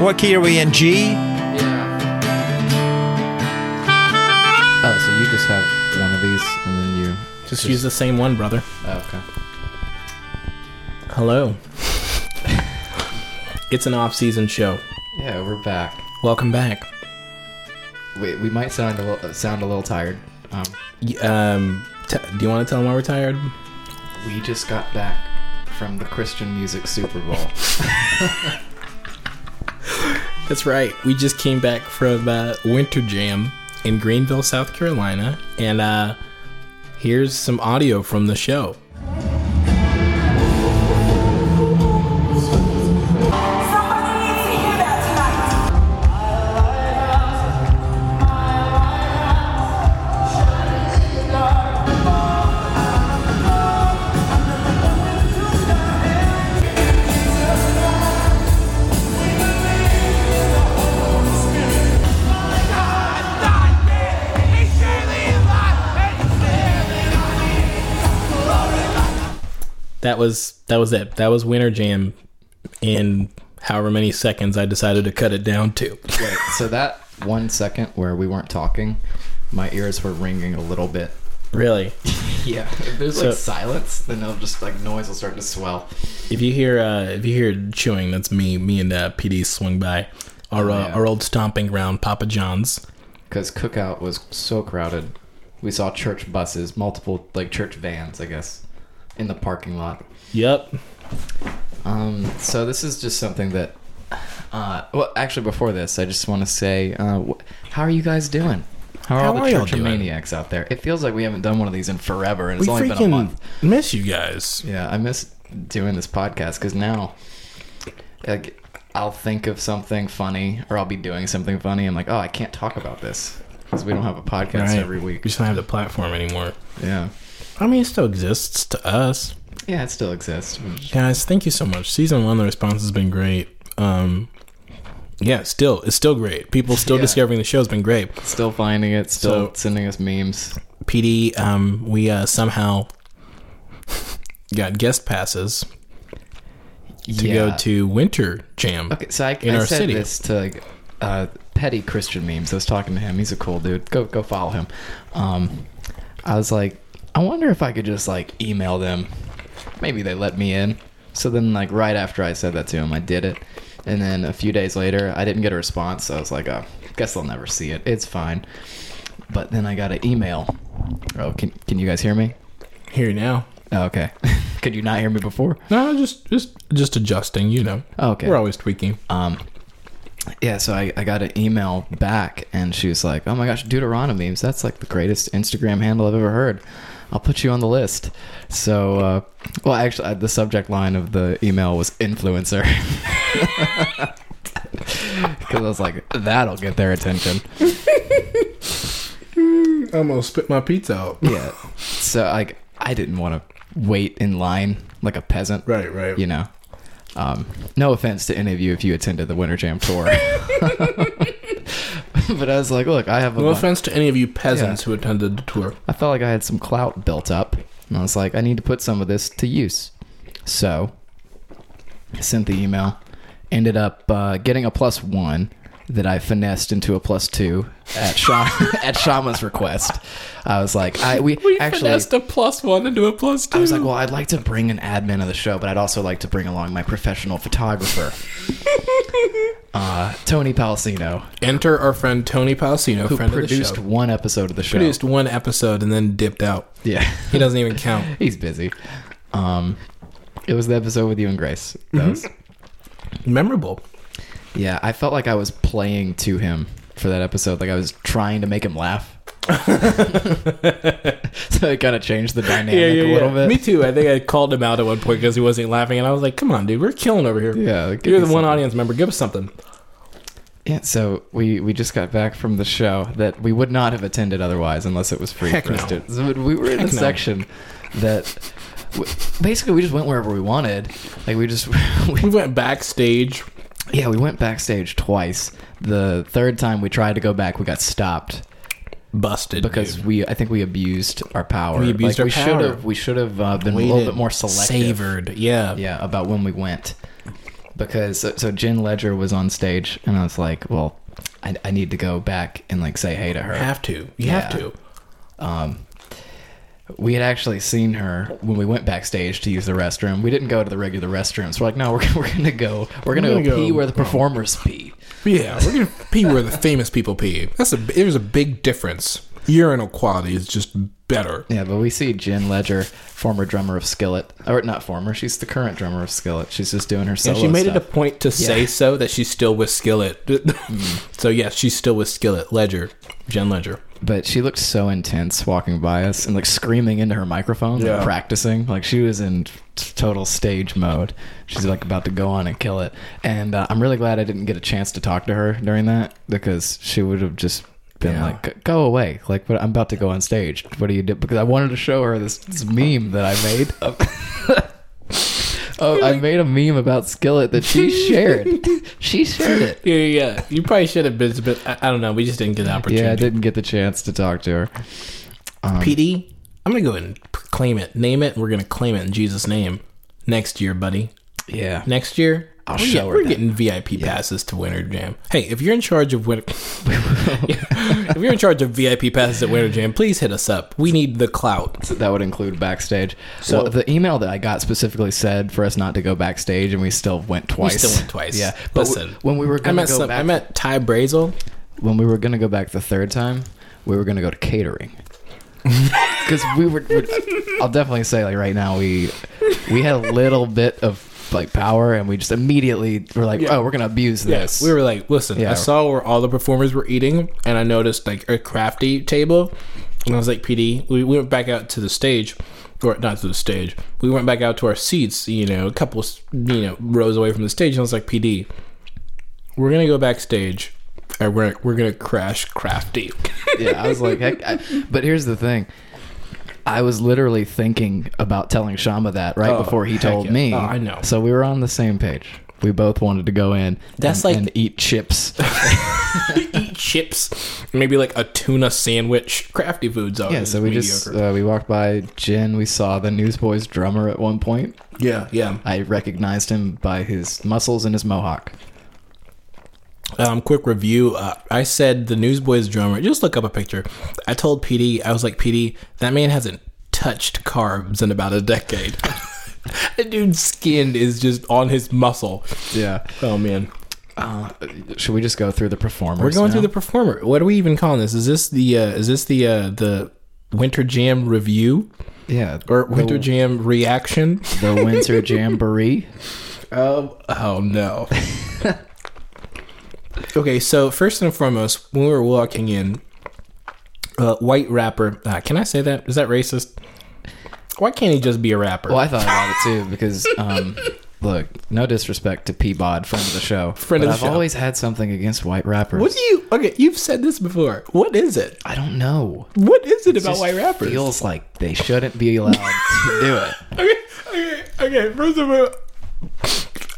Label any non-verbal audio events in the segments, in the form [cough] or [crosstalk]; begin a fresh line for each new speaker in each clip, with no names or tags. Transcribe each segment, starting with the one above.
What key are we in? G?
Yeah.
Oh, so you just have one of these, and then you.
Just use the same one, brother.
Oh, okay.
Hello. [laughs] it's an off-season show.
Yeah, we're back.
Welcome back.
Wait, we might sound a little uh, sound a little tired. Um,
Y- Um, t- do you want to tell them why we're tired?
we just got back from the Christian Music Super [laughs] Bowl.
That's right. We just came back from uh, Winter Jam in Greenville, South Carolina, and uh, here's some audio from the show.
Somebody needs to hear that tonight.
That was that was it. That was Winter Jam in however many seconds I decided to cut it down to.
Wait, so that one second where we weren't talking, my ears were ringing a little bit.
Really.
Yeah, if there's like
So-
silence, then it'll just like noise will start to swell.
If you hear uh, if you hear chewing, that's me. Me and uh, PD swung by our uh,
Oh, yeah.
our old stomping ground, Papa John's.
Because cookout was so crowded, we saw church buses, multiple like church vans, I guess, in the parking lot.
Yep.
Um, so this is just something that. Uh, well, actually, before this, I just want to say, uh, wh- how are you guys doing? How are
How
all
are
the
y'all
church
doing?
maniacs out there? It feels like we haven't done one of these in forever, and it's
we
only been a
freaking
month.
miss you guys.
Yeah, I miss doing this podcast because now, like, I'll think of something funny, or I'll be doing something funny. I'm like, oh, I can't talk about this because we don't have a podcast
Right.
every week.
We just don't have the platform anymore.
Yeah,
I mean, it still exists to us.
yeah, it still exists. We just-
Guys, thank you so much. Season one, the response has been great. Um, yeah, still, it's still great. People still
Yeah.
discovering the show has been great.
Still finding it. Still
So-
sending us memes.
PD, um, we uh, somehow got guest passes to go
Yeah.
to Winter Jam.
Okay, so I,
in
I
our
said
city.
this to like, uh, petty Christian memes. I was talking to him. He's a cool dude. Go go follow him. Um, I was like, I wonder if I could just like email them. Maybe they let me in. So then, like right after I said that to him, I did it. And then a few days later, I didn't get a response. So I was like, oh, guess they'll never see it. It's fine. But then I got an email. Oh, can can you guys hear me?
Here now.
Oh, okay. [laughs] Could you not hear me before?
No, just just just adjusting. You know.
Oh, Okay.
We're always tweaking.
Yeah, so I, I got an email back, and she was like, "Oh my gosh, Deuteronomemes! That's like the greatest Instagram handle I've ever heard. I'll put you on the list." So, uh, well, actually, uh, the subject line of the email was influencer, [laughs] because I was like, "That'll get their attention."
Almost spit my pizza
[laughs]
out.
Yeah. So, like, I didn't want to wait in line like a peasant.
Right, right.
You know. Um, no offense to any of you if you attended the Winter Jam tour. [laughs] but I was like, look, I have a
No
bu-
offense to any of you peasants
Yeah.
who attended the tour.
I felt like I had some clout built up, and I was like, I need to put some of this to use. So, I sent the email. Ended up uh, getting a plus one that I finessed into a plus two at Sha- [laughs] at Shama's request. I was like, I we, actually.
a plus one into a plus two.
I was like, well, I'd like to bring an admin of the show, but I'd also like to bring along my professional photographer, uh, Tony Palacino,
Enter our friend Tony Palacino,
who
friend of
produced
the show.
one episode of the show.
Produced one episode and then dipped out.
Yeah.
He doesn't
[laughs]
even count.
He's busy. Um, it was the episode with you and Grace. That
Mm-hmm.
was,
Memorable.
yeah, I felt like I was playing to him for that episode. Like I was trying to make him laugh. [laughs] so it kind of changed the dynamic a little bit.
Me too. I think I called him out at one point because he wasn't laughing, and I was like, "Come on, dude, we're killing over here.
Yeah, give
you're
me
the one
something.
audience member. Give us something."
Yeah, so we, we just got back from the show that we would not have attended otherwise unless it was free
Heck
for us
no.
to. So we were in a
Heck no.
section that w- basically we just went wherever we wanted. Like we just [laughs] we
We went backstage.
Yeah, we went backstage twice. The third time we tried to go back, we got stopped
Busted
because
dude.
we I think we abused our power.
We abused
Like,
our
we
power.
Should have, we should have uh, been a little
Waited,
bit more selective.
Savored, yeah.
Yeah, about when we went. because so, so Jen Ledger was on stage, and I was like, well, I, I need to go back and like say hey to her.
Have to. You have
Yeah.
to.
we had actually seen her when we went backstage to use the restroom. We didn't go to the regular restrooms. We're like, no, we're, we're gonna go. We're gonna,
We're gonna
go, pee
go-
where the performers pee.
Yeah, we're gonna [laughs] pee where the famous people pee. That's a there's a big difference. Urinal quality is just better.
Yeah, but we see Jen Ledger, former drummer of Skillet, or not former. She's the current drummer of Skillet. She's just doing her solo.
And she made it a
stuff.
point to say so that she's still with Skillet. [laughs]
Mm.
So yes, she's still with Skillet. Ledger, Jen Ledger.
but she looked so intense walking by us and like screaming into her microphone, like,
Yeah.
practicing. Like she was in t- total stage mode. She's like about to go on and kill it. And uh, I'm really glad I didn't get a chance to talk to her during that because she would have just been
Yeah.
like, "Go away! Like what, I'm about to go on stage. What do you do?" Because I wanted to show her this, this meme that I made. of- [laughs] Oh, I made a meme about Skillet that she
[laughs]
shared. she shared it.
Yeah, yeah. yeah. You probably should have been. But I, I don't know. We just didn't get the
Yeah, I
opportunity.
didn't get the chance to talk to her. Um,
PD. I'm gonna go ahead and claim it, name it. and We're gonna claim it in Jesus' name. Next year, buddy.
Yeah.
Next year, I'll we're
show
get-
her
We're
that.
getting VIP passes to Winter Jam. Hey, if you're in charge of Winter, [laughs] if you're in charge of VIP passes at Winter Jam, please hit us up. We need the clout.
that would include backstage.
So-
So the email that I got specifically said for us not to go backstage, and we still went twice.
We still went twice.
[laughs] Yeah, but
Listen,
w- when we were
I
gonna
met
go
some,
back,
I met Ty Brazel.
when we were gonna go back the third time, we were gonna go to catering [laughs] because we were. we're- I'll definitely say like right now we we had a little bit of like power, and we just immediately were like, oh, we're gonna abuse this.
Yes. We were like, listen, I
Yeah.
saw where all the performers were eating, and I noticed like a crafty table. And I was like, PD, we, we went back out to the stage, or not to the stage. We went back out to our seats, you know, a couple, you know, rows away from the stage. And I was like, PD, we're going to go backstage. And we're, we're gonna crash crafty. [laughs]
yeah, I was like, heck, I, but here's the thing. I was literally thinking about telling Shama that right
Oh,
before he
heck
told
yeah.
me.
Oh, I know.
So we were on the same page. We both wanted to go in.
That's
and,
like-
and eat
[laughs]
chips.
Eat chips, maybe like a tuna sandwich. Crafty foods, always
yeah. So we just
mediocre.
uh, we walked by Jen. We saw the Newsboys drummer at one point.
yeah, yeah.
I recognized him by his muscles and his mohawk.
Um, quick review. Uh, I said the Newsboys drummer. Just look up a picture. I told PD, I was like, PD, that man hasn't touched carbs in about a decade. [laughs] that dude's skin is just on his muscle.
Yeah.
Oh man,
Uh, should we just go through the performers?
we're going
now?
through the performer. What are we even calling this? Is this the uh, is this the uh, the Winter Jam review
yeah
or Winter
the,
Jam reaction?
the
[laughs]
Winter Jamboree.
Oh, oh no. [laughs] okay, so first and foremost, when we were walking in, uh, white rapper. Uh, can I say that? Is that racist? Why can't he just be a rapper?
Well, I thought about it too because, um, [laughs] look, no disrespect to Peabod, friend of the show,
Friend of
but
the
I've
show.
always had something against white rappers.
What do you? Okay, you've said this before. What is it?
I don't know.
What is it about
Just
white rappers?
feels like they shouldn't be allowed to do it.
okay, okay, okay. First of all,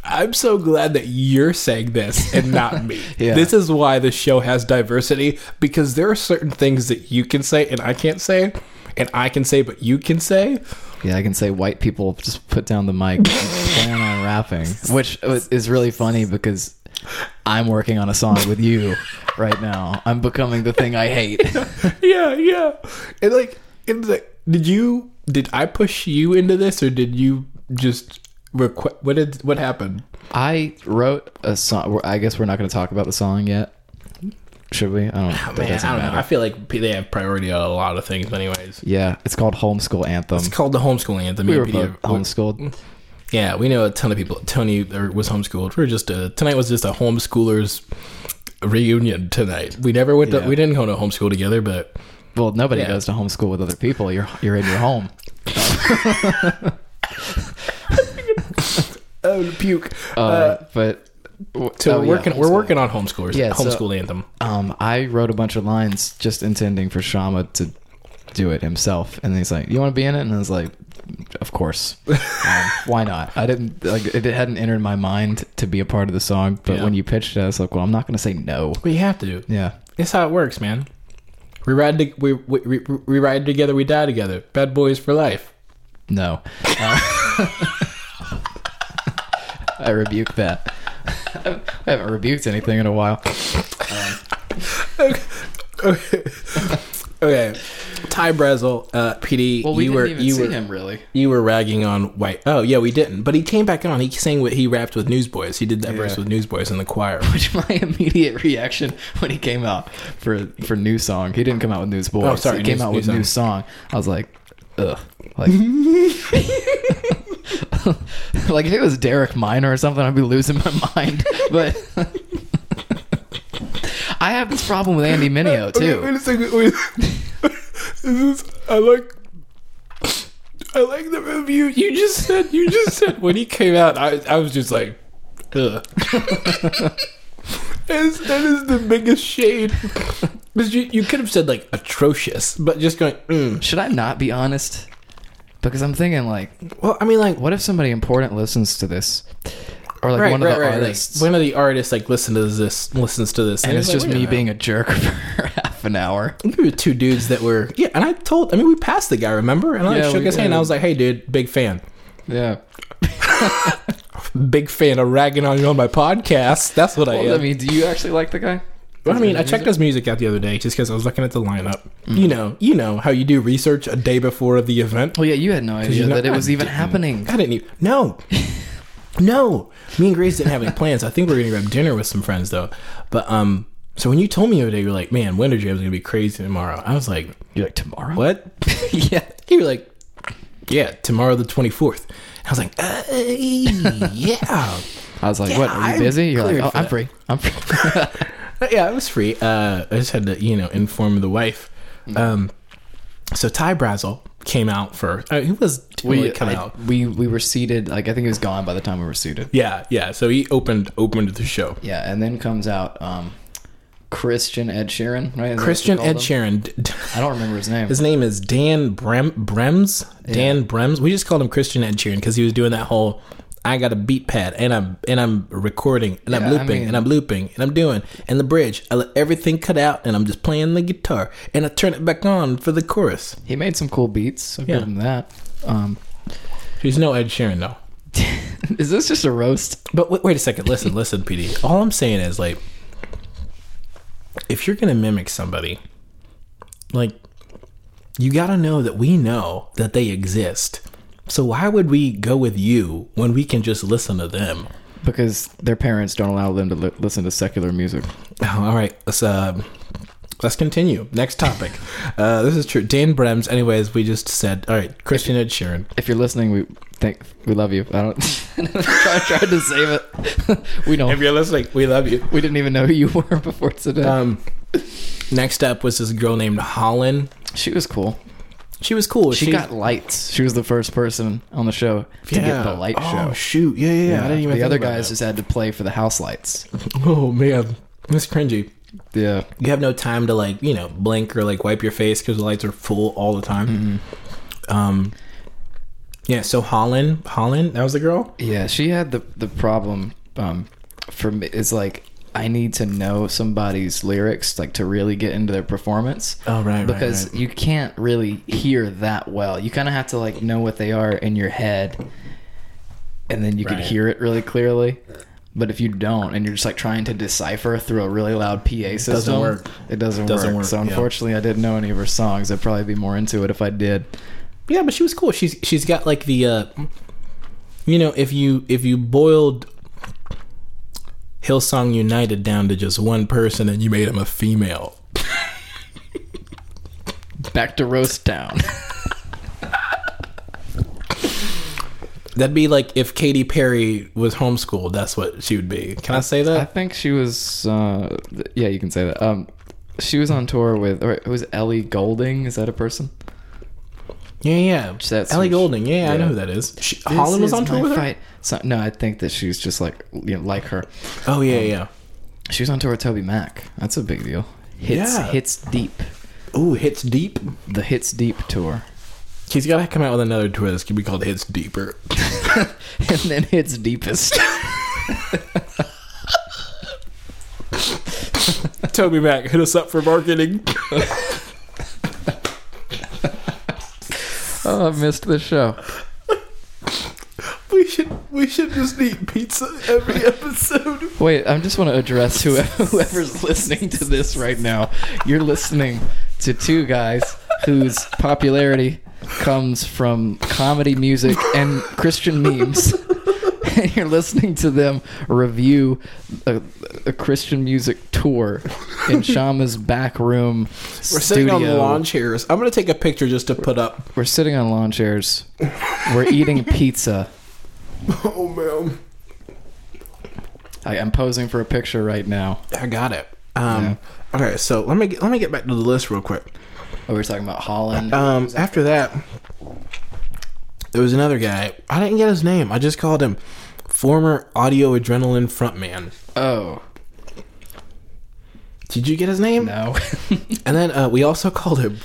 I'm so glad that you're saying this and not me.
[laughs] Yeah.
This is why the show has diversity because there are certain things that you can say and I can't say, and I can say but you can
[laughs]
say.
Yeah, I can say white people just put down the mic and plan on rapping, which is really funny because I'm working on a song with you right now. I'm becoming the thing I
[laughs]
hate.
Yeah, yeah. And like, it's like, did you? Did I push you into this, or did you just request? What did? What happened?
I wrote a song. I guess we're not going to talk about the song yet. Should we? I don't. that
Oh, Man,
doesn't
I don't
matter.
know. I feel like they have priority on a lot of things, anyways.
Yeah, it's called Homeschool Anthem.
It's Mm. called the homeschool anthem.
We were
APD.
both homeschooled.
Yeah, we know a ton of people. Tony er, was homeschooled. We are just a, tonight was just a homeschoolers reunion tonight. We never went to,
Yeah.
we didn't go to homeschool together, but
Well, nobody
Yeah.
goes to homeschool with other people. You're you're in your home.
oh puke.
Uh, but
so
oh,
we're
yeah,
working we're
homeschool.
working on homeschoolers.
Yeah, so-
homeschool anthem.
Um, I wrote a bunch of lines just intending for Shama to do it himself, and he's like, "You want to be in it?" And I was like, "Of
[laughs]
course. um, why not?" I didn't like it hadn't entered my mind to be a part of the song, but
Yeah.
when you pitched it, I was like, "Well, I'm not going to say no."
We have to.
Yeah.
It's how it works, man. We ride to, we, we, we, we ride together, we die together.
[laughs]
Bad boys for life.
No. Uh, I rebuke that. I haven't rebuked anything in a while.
okay. okay. Ty Brazel, uh, PD,
Well, we
you
didn't
were
even
you
see
were
him really.
you were ragging on White. Oh yeah, we didn't. But he came back on. He sang what he rapped with Newsboys. He did that verse
Yeah.
with Newsboys in the [laughs] choir.
Which my [laughs] immediate reaction when he came out for for new song. He didn't come out with news boys.
Oh, sorry,
he came
News-
out
New
with new song. I was like, ugh. Like, [laughs] like if it was Derek Minor or something, I'd be losing my mind. [laughs] But I have this problem with Andy Mineo
Wait
too.
a second. [laughs] Wait. this is, I like. I like the review you just said. You just said [laughs] when he came out, I I was just like, ugh. [laughs] that, is, that is the biggest shade. Because you, you could have said like atrocious, but just going. Mm.
Should I not be honest? Because I'm thinking like,
Well, I mean, like
what if somebody important listens to this, or like
right,
one of
right,
the
right, right.
artists?
One of the artists like listens to this, listens to this,
and it's
like,
just
wait
me
minute.
being a jerk [laughs] for half an hour.
We were two dudes that were yeah, and I told. I mean, we passed the guy, remember? And I like,
Yeah,
shook
we
his hand.
did.
I was like, "Hey, dude, big fan,
Yeah.
big fan of ragging on you on my podcast." That's what I
Well,
am.
I mean, do you actually like the guy?
Well, I mean, I checked his music out the other day just because I was looking at the lineup.
Mm.
You know, you know how you do research a day before of the event.
Well, yeah, you had no idea
know-
that it
I
was even
didn't.
happening.
I didn't even
[laughs]
no. No, me and Grace didn't have any plans. I think we were gonna grab dinner with some friends though. But um, so when you told me the other day, you were like, "Man, Winter Jam's gonna be crazy tomorrow." I was like,
You're like tomorrow.
"What?"
[laughs] yeah.
You were like, yeah, tomorrow the 24th. I was like,
[laughs]
uh, yeah.
I was like,
Yeah,
what? Are
I'm
you busy? You're like,
cleared
oh,
for
I'm
that."
free. I'm free.
yeah, I was free. Uh, I just had to, you know, inform the wife.
Mm.
Um, so Ty Brazel came out for, uh, he was really come
I-
out.
[laughs] we we were seated. Like I think it was gone by the time we were seated.
Yeah, yeah. So he opened opened the show.
Yeah, and then comes out um, Christian Ed Sheeran, right? Is that what
Christian
you called
Ed
him?
Sheeran. d- d-
I don't remember his name.
His name is Dan Brem- Brems. Dan Brems. We just called him Christian Ed Sheeran because he was doing that whole I got a beat pad and I'm and I'm recording and
Yeah, I
I'm looping
mean-
and I'm looping and I'm doing and the bridge. I let everything cut out and I'm just playing the guitar and I turn it back on for the chorus.
He made some cool beats. I'll
Yeah.
give him that. Um, [laughs]
He's no Ed Sheeran though.
is this just a roast?
But wait, wait a second.
[laughs]
Listen, listen, PD. All I'm saying is like, if you're gonna mimic somebody, like, you gotta know that we know that they exist. So why would we go with you when we can just listen to them? [laughs]
Because their parents don't allow them to li- listen to secular music.
Oh, all right, let's uh, let's continue. Next
[laughs]
topic. uh, this is true. Dan Brems. Anyways, we just said all right. Christian Ed Sheeran.
if you're listening, we thank we love you. I don't. [laughs] I tried to save it. [laughs] we don't.
you're listening, we love you.
We didn't even know who you [laughs] were before today.
Um, next up was this girl named Holland.
she was cool.
She was cool.
She, got lights. She was the first person on the show to get the light
Oh
show.
shoot! Yeah, yeah, yeah. I didn't even.
the
think
other
about
guys just had to play for the house lights.
that. [laughs] Oh man, that's cringy.
Yeah,
You have no time to like you know blink or like wipe your face because the lights are full all the time.
Mm-hmm.
Um. Yeah. So Holland, Holland, that was the girl.
yeah. She had the the problem. Um, for me is like I need to know somebody's lyrics like to really get into their performance.
Oh, right, right,
because
right.
you can't really hear that well. You kind of have to like know what they are in your head, and then you can
Right.
hear it really clearly. But if you don't, and you're just like trying to decipher through a really loud PA system,
work.
It doesn't,
Doesn't
work.
work,
So
yeah.
unfortunately, I didn't know any of her songs. I'd probably be more into it if I did.
Yeah, but she was cool. She's she's got like the, uh you know, if you if you boiled Hillsong United down to just one person and you made him a female,
Back to roast [laughs] down.
that'd be like if Katy Perry was homeschooled. That's what she would be. Can I say that?
I think she was. Uh, th- yeah, you can say that. Um, she was on tour with. Or it was Ellie Golding. Is that a person?
Yeah, yeah.
that
Ellie
switch.
Golding. Yeah, I
Yeah.
know who that is. She, Holland was on tour with her.
So, no, I think that she's just like you know, like her.
Oh yeah, yeah.
She was on tour with Toby Mac. That's a big deal. Hits
Yeah.
hits deep.
Ooh, hits deep.
The hits deep tour, [laughs]
He's got to come out with another tour that's gonna be called Hits Deeper. [laughs]
and then hits deepest.
Toby Mac, hit us up for marketing. [laughs]
oh, I missed the show.
we should. We should just eat pizza [laughs] every episode.
Wait, I just want to address whoever, [laughs] whoever's listening to this right now. You're listening to two guys whose popularity comes from comedy music and Christian memes. [laughs] And you're listening to them review a, a Christian music tour in Shama's back room
We're
studio.
sitting on lawn chairs. I'm gonna take a picture just to put up.
We're sitting on lawn chairs. We're eating pizza.
[laughs] Oh man,
I, I'm posing for a picture right now.
I got it. Um, Okay, so let me get, let me get back to the list real quick.
Oh, we're talking about Holland.
Um, after that, there was another guy. I didn't get his name. I just called him former Audio Adrenaline frontman.
oh,
Did you get his name?
no. [laughs]
And then uh, we also called him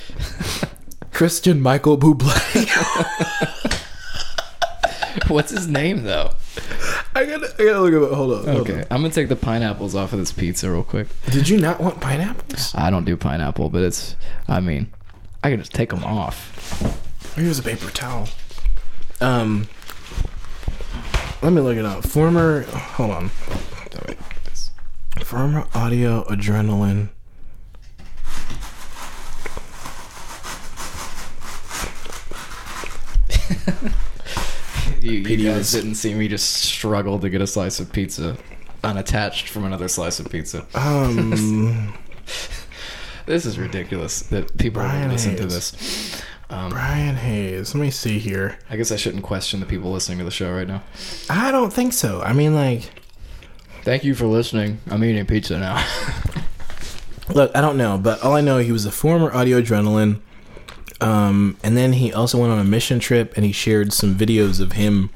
Christian Michael
[laughs]
Bublé.
What's his name though?
I gotta, I gotta look at it. Hold on. hold
Okay, I'm gonna take the pineapples off of this pizza real quick.
on. Did you not
[laughs]
want pineapples?
I don't do pineapple, but it's. I mean, I can just take them off.
Here's a paper towel. Um, let me look it up. Former, hold on. Former Audio Adrenaline.
You, you
PDAs.
guys didn't see me just struggle to get a slice of pizza, unattached from another slice of pizza. [laughs]
Um,
This is ridiculous that people are gonna
Brian
listen to
Hayes.
this. Um,
Brian Hayes. Let me see here.
I guess I shouldn't question the people listening to the show right now.
I don't think so. I mean, like,
Thank you for listening. I'm eating pizza now. [laughs]
Look, I don't know, but all I know he was a former audio adrenaline. Um, and then he also went on a mission trip and he shared some videos of him,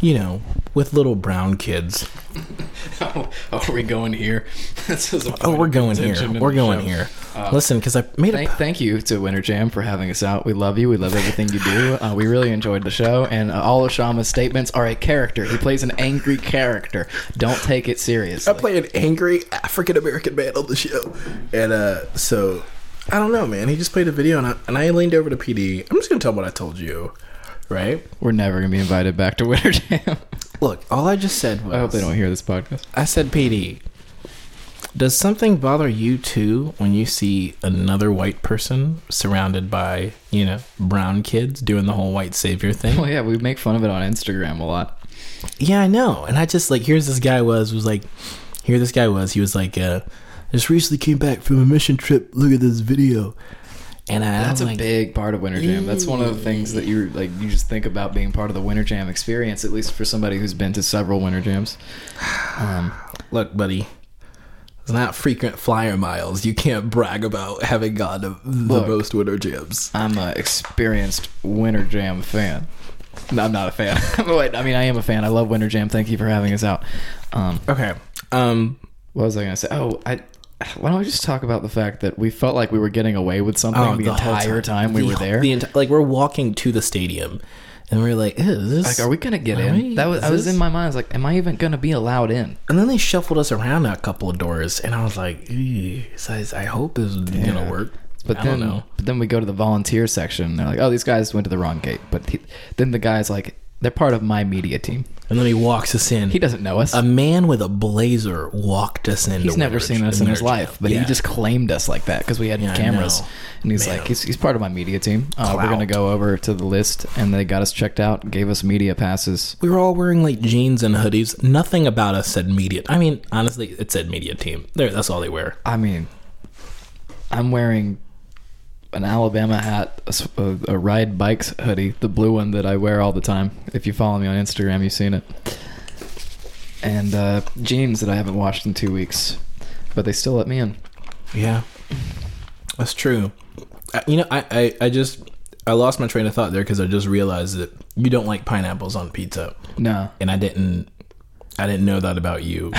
you know, with little brown kids.
oh, are we going here? [laughs] This is a
Oh,
point
we're
of
going here.
contention in
We're
the
going
show. Uh,
here. Listen, because I made a.
Thank, thank you to Winter Jam for having us out. We love you. We love everything you do. Uh, we really enjoyed the show, and uh, all of Shama's statements are a character. He plays an angry character. Don't take it seriously.
I play an angry African American man on the show, and uh, so I don't know, man. He just played a video, and I, and I leaned over to PD. I'm just gonna tell him what I told you, right?
We're never gonna be invited back to Winter Jam. [laughs]
Look, all I just said was
I hope they don't hear this podcast.
I said, PD, does something bother you too when you see another white person surrounded by, you know, brown kids doing the whole white savior
Well,
thing?
yeah, we make fun of it on Instagram a lot.
yeah, I know. And I just like, here's this guy was, was like, here this guy was, he was like, uh, just recently came back from a mission trip. Look at this video. And I,
That's
I'm
a
like,
big part of Winter Jam. That's one of the things that you like. You just think about being part of the Winter Jam experience, at least for somebody who's been to several Winter Jams. Um,
look, buddy. It's not frequent flyer miles. You can't brag about having gone to the
Look.
most winter gyms.
I'm a experienced Winter Jam fan. No, I'm not a fan. [laughs] Wait, I mean, I am a fan. I love Winter Jam. Thank you for having us out. Um,
Okay. Um,
what was I going to say? Oh, I. Why don't we just talk about the fact that we felt like we were getting away with something the,
whole
entire time, we
Oh, The-
were there?
The enti- like we're walking to the stadium, and we're like, "Ew, is this?"
like, are we gonna get
are
in?
we-
that was I
is
was
this-
in my mind. I was like, am I even gonna be allowed in?
And then they shuffled us around a couple of doors, and I was like, "Ew." so I, was- I hope this is gonna work."
But
I
then,
don't know.
but then we go to the volunteer section. And they're like, oh, these guys went to the wrong gate. But he, then the guy's like, they're part of my media team.
And then he walks us in.
He doesn't know us.
a man with a blazer walked us in.
He's never seen us in his life, but he just claimed us like that because we had
I
cameras.
know.
And he's
Man.
like, he's, he's part of my media team. Uh, we're
Clout.
going to go over to the list. And they got us checked out, gave us media passes.
We were all wearing like jeans and hoodies. Nothing about us said media. I mean, honestly, it said media team. There, that's all they wear.
I mean, I'm wearing an Alabama hat, a, s- a- a ride bikes hoodie, the blue one that I wear all the time. If you follow me on Instagram, you've seen it. And uh, jeans that I haven't washed in two weeks, but they still let me in.
Yeah, that's true. I, you know, I, I, I just I lost my train of thought there because I just realized that you don't like pineapples on pizza,
No,
and I didn't I didn't know that
[laughs]
about you.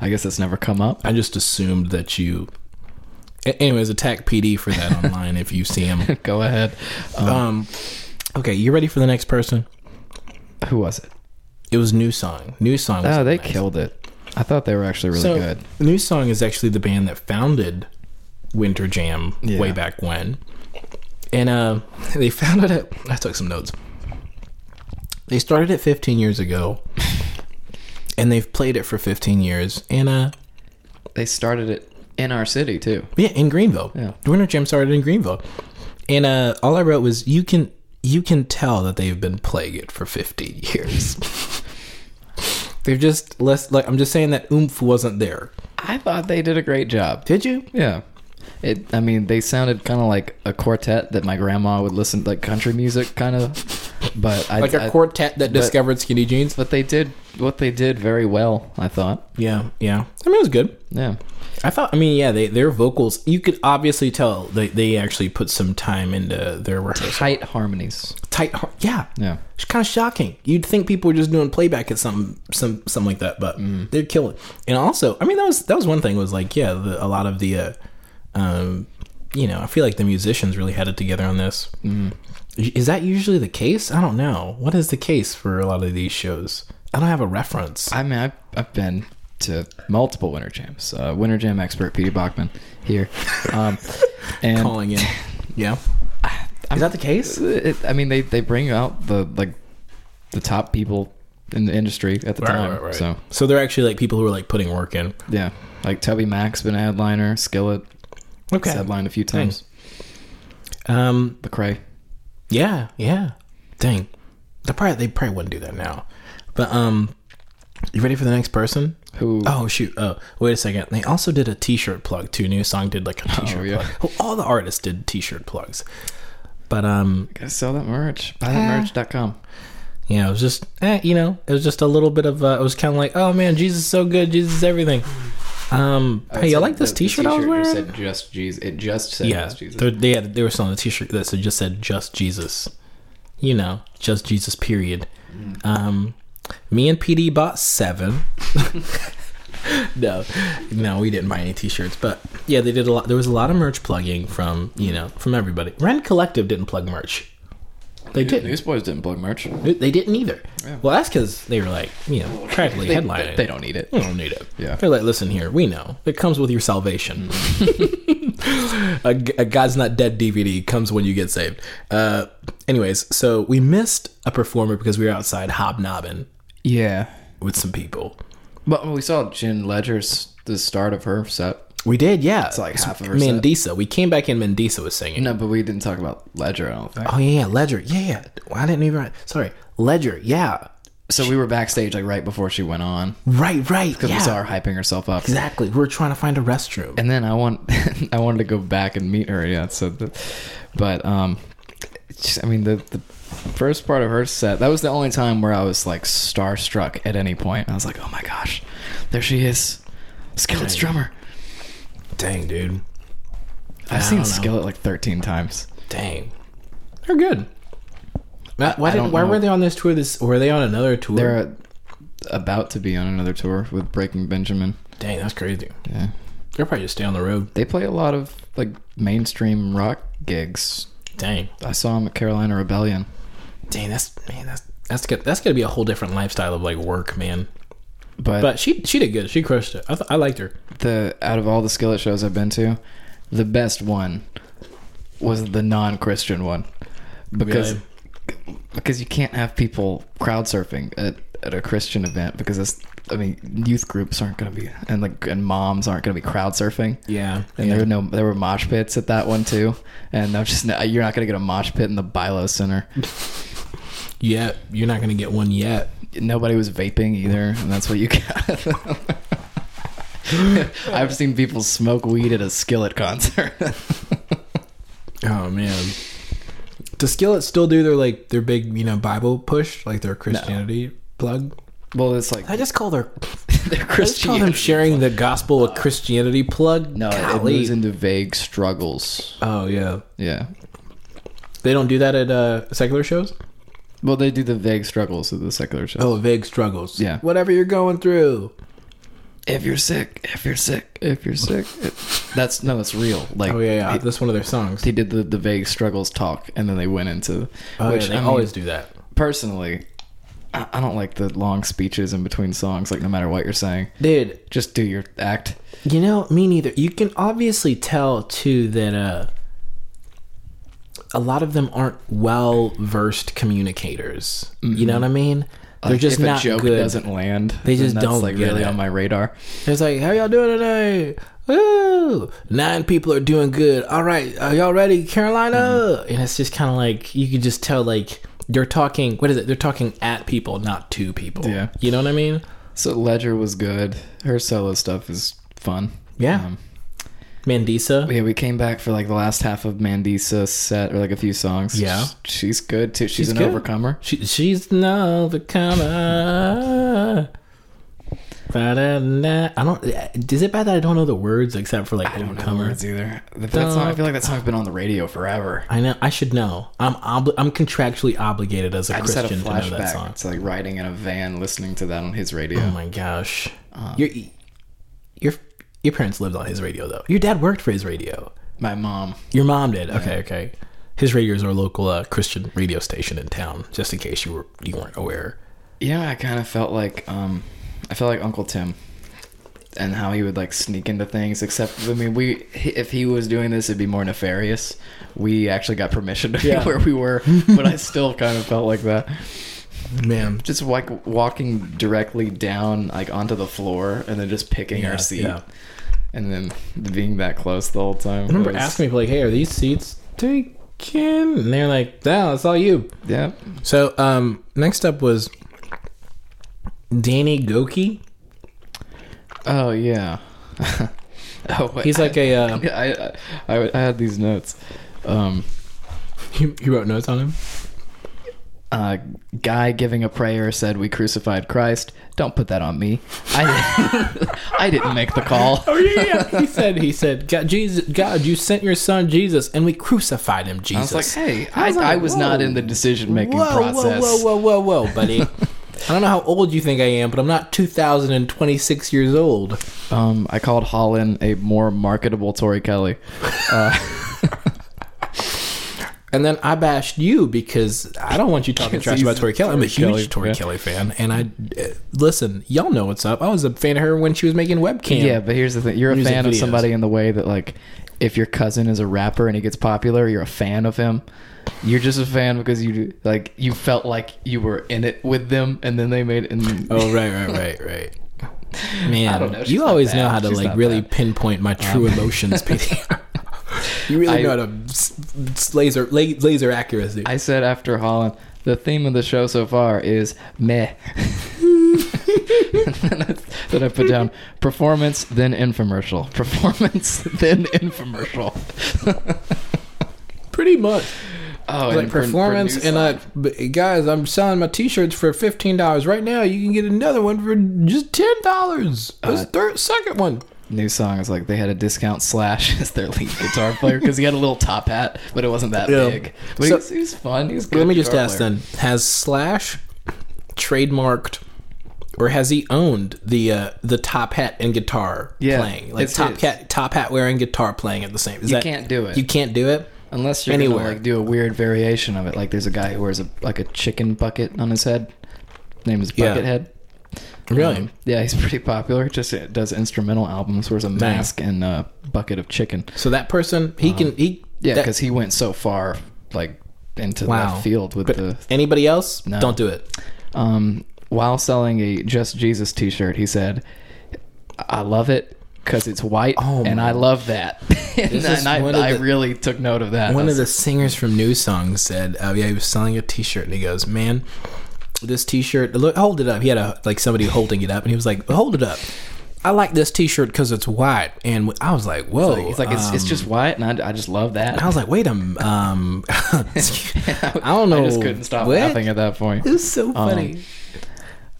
I guess that's never come up.
I just assumed that you. A- Anyways, attack PD for
[laughs]
that online if you see him.
go ahead. Um,
Um, okay, you ready for the next person?
who was it?
It was New Song. New Song. Was
Oh, they
next.
killed it. I thought they were actually really
so
good.
New Song is actually the band that founded Winter Jam
Yeah.
way back [laughs] when. And uh, they founded it. I took some notes. They started it 15 years ago, and they've played it for 15 years. And uh,
They started it in our city too.
yeah, in Greenville.
Yeah.
The Winter Jam started in Greenville, and uh, all I wrote was you can you can tell that they've been playing it for 15 [laughs] years. they've just less like I'm just saying that oomph wasn't there.
I thought they did a great job.
Did you?
Yeah. It, I mean, they sounded kind of like a quartet that my grandma would listen like country music kind of, but I,
Like a
I-
quartet that discovered skinny jeans.
but they did what they did very well. I thought.
Yeah, yeah. I mean, it was good.
Yeah.
I thought. I mean, yeah, they, their vocals. You could obviously tell they they actually put some time into their rehearsal.
Tight harmonies.
Tight. har- Yeah.
Yeah.
It's kind of shocking. You'd think people were just doing playback at some some something like that, but they're killing. And also, I mean, that was that was one thing was like, yeah, the, a lot of the, uh, um, you know, I feel like the musicians really had it together on this. Is that usually the case? I don't know. What is the case for a lot of these shows? I don't have a reference.
I mean, I've, I've been to multiple winter jams. Uh, winter jam expert Petey Bachman here, um, [laughs] and
calling [laughs] in. Yeah. Is that the case?
it, I mean, they they bring out the like the top people in the industry at the time. So
so they're actually like people who are like putting work in.
yeah, like Tubby Mac's been a headliner. Skillet
Okay.
has headlined a few times.
Um.
The Cray.
Yeah. Yeah. Dang. They probably they probably wouldn't do that now. But um, you ready for the next person?
Who?
Oh shoot! Oh wait a second. They also did a T-shirt plug too. New song did like a T-shirt
Oh, yeah.
plug. Well, all the artists did T-shirt plugs. But um,
Gotta sell that merch. Buy
Uh,
that merch.com.
yeah, it was just eh, you know, it was just a little bit of uh, it was kind of like, oh man, Jesus is so good, Jesus is everything. Um, hey, you like this T-shirt, I was wearing?
Just said just Jesus. It just said
Yeah,
just Jesus.
they're- they had they were selling a T-shirt that said, just said "Just Jesus," you know, "Just Jesus." Period.
Mm.
Um, me and PD
[laughs]
bought seven. no, no, we didn't buy any T-shirts, but yeah, they did a lot. There was a lot of merch plugging from you know from everybody. Ren Collective didn't plug merch. They didn't.
Newsboys didn't plug merch. They,
They didn't either. Well, that's because they were like you know practically headlining.
they, they don't need it.
We don't need it.
Yeah.
They're like, listen here, we know. It comes with your [laughs] salvation. a, a God's Not Dead DVD comes when you get saved. Uh, anyways, so we missed a performer because we were outside hobnobbing
Yeah.
with some people.
But we saw Jen Ledger's the start of her set.
We did, yeah. It's
like half of her set.
Mandisa. We came back in Mandisa was singing.
No, but we didn't talk about Ledger. I don't think.
Oh, yeah, yeah, Ledger. Yeah, yeah. Well, I didn't even. Sorry. Ledger, yeah.
So we were backstage like right before she went on.
Right, right.
Because
yeah.
we saw her hyping herself up.
Exactly. We were trying to find a restroom.
And then I want [laughs] I wanted to go back and meet her. Yeah. So, the, but um, it's- I mean the the first part of her set that was the only time where I was like starstruck at any point. I was like, oh my gosh, there she is, Skillet's drummer.
Dang, dude.
I've seen Skillet like thirteen times.
Dang, they're good. Why, why,
don't
did, why
know.
were they on this tour? This were they on another tour?
They're about to be on another tour with Breaking Benjamin.
Dang, that's crazy.
Yeah.
They're probably just stay on the road.
They play a lot of like mainstream rock gigs.
Dang,
I saw them at Carolina Rebellion.
dang, that's man, that's that's good. That's gonna be a whole different lifestyle of like work, man.
But,
But she she did good. She crushed it. I, th- I liked her.
the out of all the skillet shows I've been to, the best one was the non-Christian one because
Really?
because you can't have people crowd surfing at, at a Christian event because that's I mean youth groups aren't going to be and like and moms aren't going to be crowd surfing.
Yeah,
And there were no, there were mosh pits at that one too, and I'm just you're not gonna get a mosh pit in the Bilo Center.
yeah. You're not gonna get one yet.
nobody was vaping either, and that's what you
[laughs]
got. I've seen people smoke weed at a skillet concert.
Oh man. Does Skillet still do their like their big you know Bible push like their Christianity plug?
well, it's like
I just call their
they're
I just call them
Christian.
sharing the gospel of Christianity plug.
No, it
Golly.
moves into vague struggles.
oh yeah.
Yeah.
They don't do that at uh, secular shows.
Well, they do the vague struggles of the secular show.
Oh, vague struggles.
Yeah.
whatever you're going through.
If you're sick, if you're sick, if you're sick, it- that's no, that's real. Like,
Oh yeah, yeah.
They,
That's one of their songs.
they did the, the vague struggles talk, and then they went into
oh,
which
yeah, they
I mean,
always do that.
personally. I I don't like the long speeches in between songs, like no matter what you're saying.
Dude,
just do your act.
you know me neither. You can obviously tell too that uh, a lot of them aren't well versed communicators. You know what I mean? They're
Like,
just
if
not
a joke
good.
doesn't land.
They
then
just
that's,
don't
like
get
really
it.
on my radar.
It's like, how y'all doing today? Woo! Nine people are doing good. All right, are y'all ready, Carolina? Mm-hmm. And it's just kind of like you could just tell like they're talking. What is it? They're talking at people, not to people.
Yeah.
you know what I mean.
So Ledger was good. Her solo stuff is fun. Um,
Yeah. Um, Mandisa.
yeah, we came back for like the last half of Mandisa set or like a few songs.
Yeah.
She's- she's good too. She's,
She's
an
good.
overcomer.
She, she's an overcomer. Ba-da-da. I don't. Is it bad that I don't know the words except for like
Overcomer
overcomer?
words either. That song, I feel like that song's been on the radio forever.
I know. I should know. I'm obli- I'm contractually obligated as a
I just had a
Christian to know that
flashback
song.
It's like riding in a van, listening to that on his radio.
Oh my gosh.
Um,
your your your parents lived on his radio though. Your dad worked for his radio.
my mom.
Your mom did. Okay, okay. His radio is our local uh, Christian radio station in town. Just in case you were you weren't aware.
You know, I kind of felt like um, I felt like Uncle Tim, and how he would like sneak into things. Except, I mean, we he- if he was doing this, it'd be more nefarious. We actually got permission to
Yeah.
be where we
[laughs]
were, but I still kind of felt like that.
Man,
Just like walking directly down, like onto the floor, and then just picking
Yeah,
our seat,
yeah.
and then being that close the whole time.
I remember
was-
asking people like, "Hey, are these seats taken?" And they're like, "No, it's all you."
Yeah,
So, um, next up was Danny Goki.
Oh yeah. [laughs] oh, wait.
He's like a uh,
I, [laughs] I, I I had these notes. Um,
you, you wrote notes on him.
uh, guy giving a prayer said, "We crucified Christ." Don't put that on me. I I didn't [laughs] make the call.
Oh yeah, yeah. he said he said God, Jesus, God, you sent your son Jesus, and we crucified him,
I
Jesus.
was like, "Hey, I, I was, not in the decision making
whoa,
process."
Whoa, whoa, whoa, whoa,
[laughs]
whoa, buddy. I don't know how old you think I am, but I'm not 2,026 years old.
Um, I called Holland a more marketable Tory Kelly.
And then I bashed you because I don't want you talking
Because
trash about
he's
Tori Kelly. I'm a huge
Kelly,
Tori
yeah.
Kelly fan, and I uh, listen. Y'all know what's up. I was a fan of her when she was making webcam.
Yeah, but here's the thing: you're a
Music
fan of
videos.
somebody in the way that, like, if your cousin is a rapper and he gets popular, you're a fan of him. You're just a fan because you like you felt like you were in it with them, and then they made it. And
Oh right, right, right, right.
[laughs]
Man,
don't know. She's
you
not
always
bad.
know how to
She's
like
not
really
bad. Um,
pinpoint my
[laughs]
true emotions, PD. you really
I-
know how to s- s- laser la- laser accuracy.
I said after Holland, the theme of the show so far is
[laughs]
meh. [laughs] then, I, then I put down performance, then infomercial. [laughs] Performance, then infomercial.
Pretty much
Oh,
like performance and I, but, guys, I'm selling my T-shirts for fifteen dollars right now. You can get another one for just ten dollars. That's
Uh,
the third second one.
new song is like they had a discount slash [laughs] as their lead guitar player because he had a little top hat, but it wasn't that
Yeah.
big. But
So-
he, was, he was fun. He was a good.
Let me just
guitar
ask
player.
then: Has Slash trademarked, or has he owned the uh, the top hat and guitar
Yeah,
playing? Like
it's
top
his.
hat, top hat wearing, guitar playing at the same. Is
You
that-
can't do it.
You can't do it.
unless you're
Anywhere.
gonna like do a weird variation of it. Like there's a guy who wears a like a chicken bucket on his head. Name is
Yeah.
Buckethead.
Really?
Um, yeah, he's [laughs] pretty popular. Just uh, does instrumental albums. Wears a mask and a bucket of chicken.
so that person, he can he.
Uh-huh. Yeah,
that-
because he went so far like into
wow.
left field with
But
the
anybody else,
No.
don't do it.
Um, while selling a Just Jesus T-shirt, he said, "I love it because it's white,
Oh,
and
my-
I love that." [laughs] and
is
I,
one of
I
the-
really took note of that. I
One of
was
the singers from New Song said, "Oh yeah, he was selling a T-shirt, and he goes, man, this T-shirt, look, hold it up. He had a like somebody holding it up, and he was like, hold it up. I like this T-shirt because it's white, and I was like, whoa. um,"
like, it's like it's, it's just white, and I, I just love that.
Oh,
[laughs]
I was like, wait a m- um, [laughs] I don't know.
I just couldn't stop
What?
laughing at Um, that point.
It was so funny.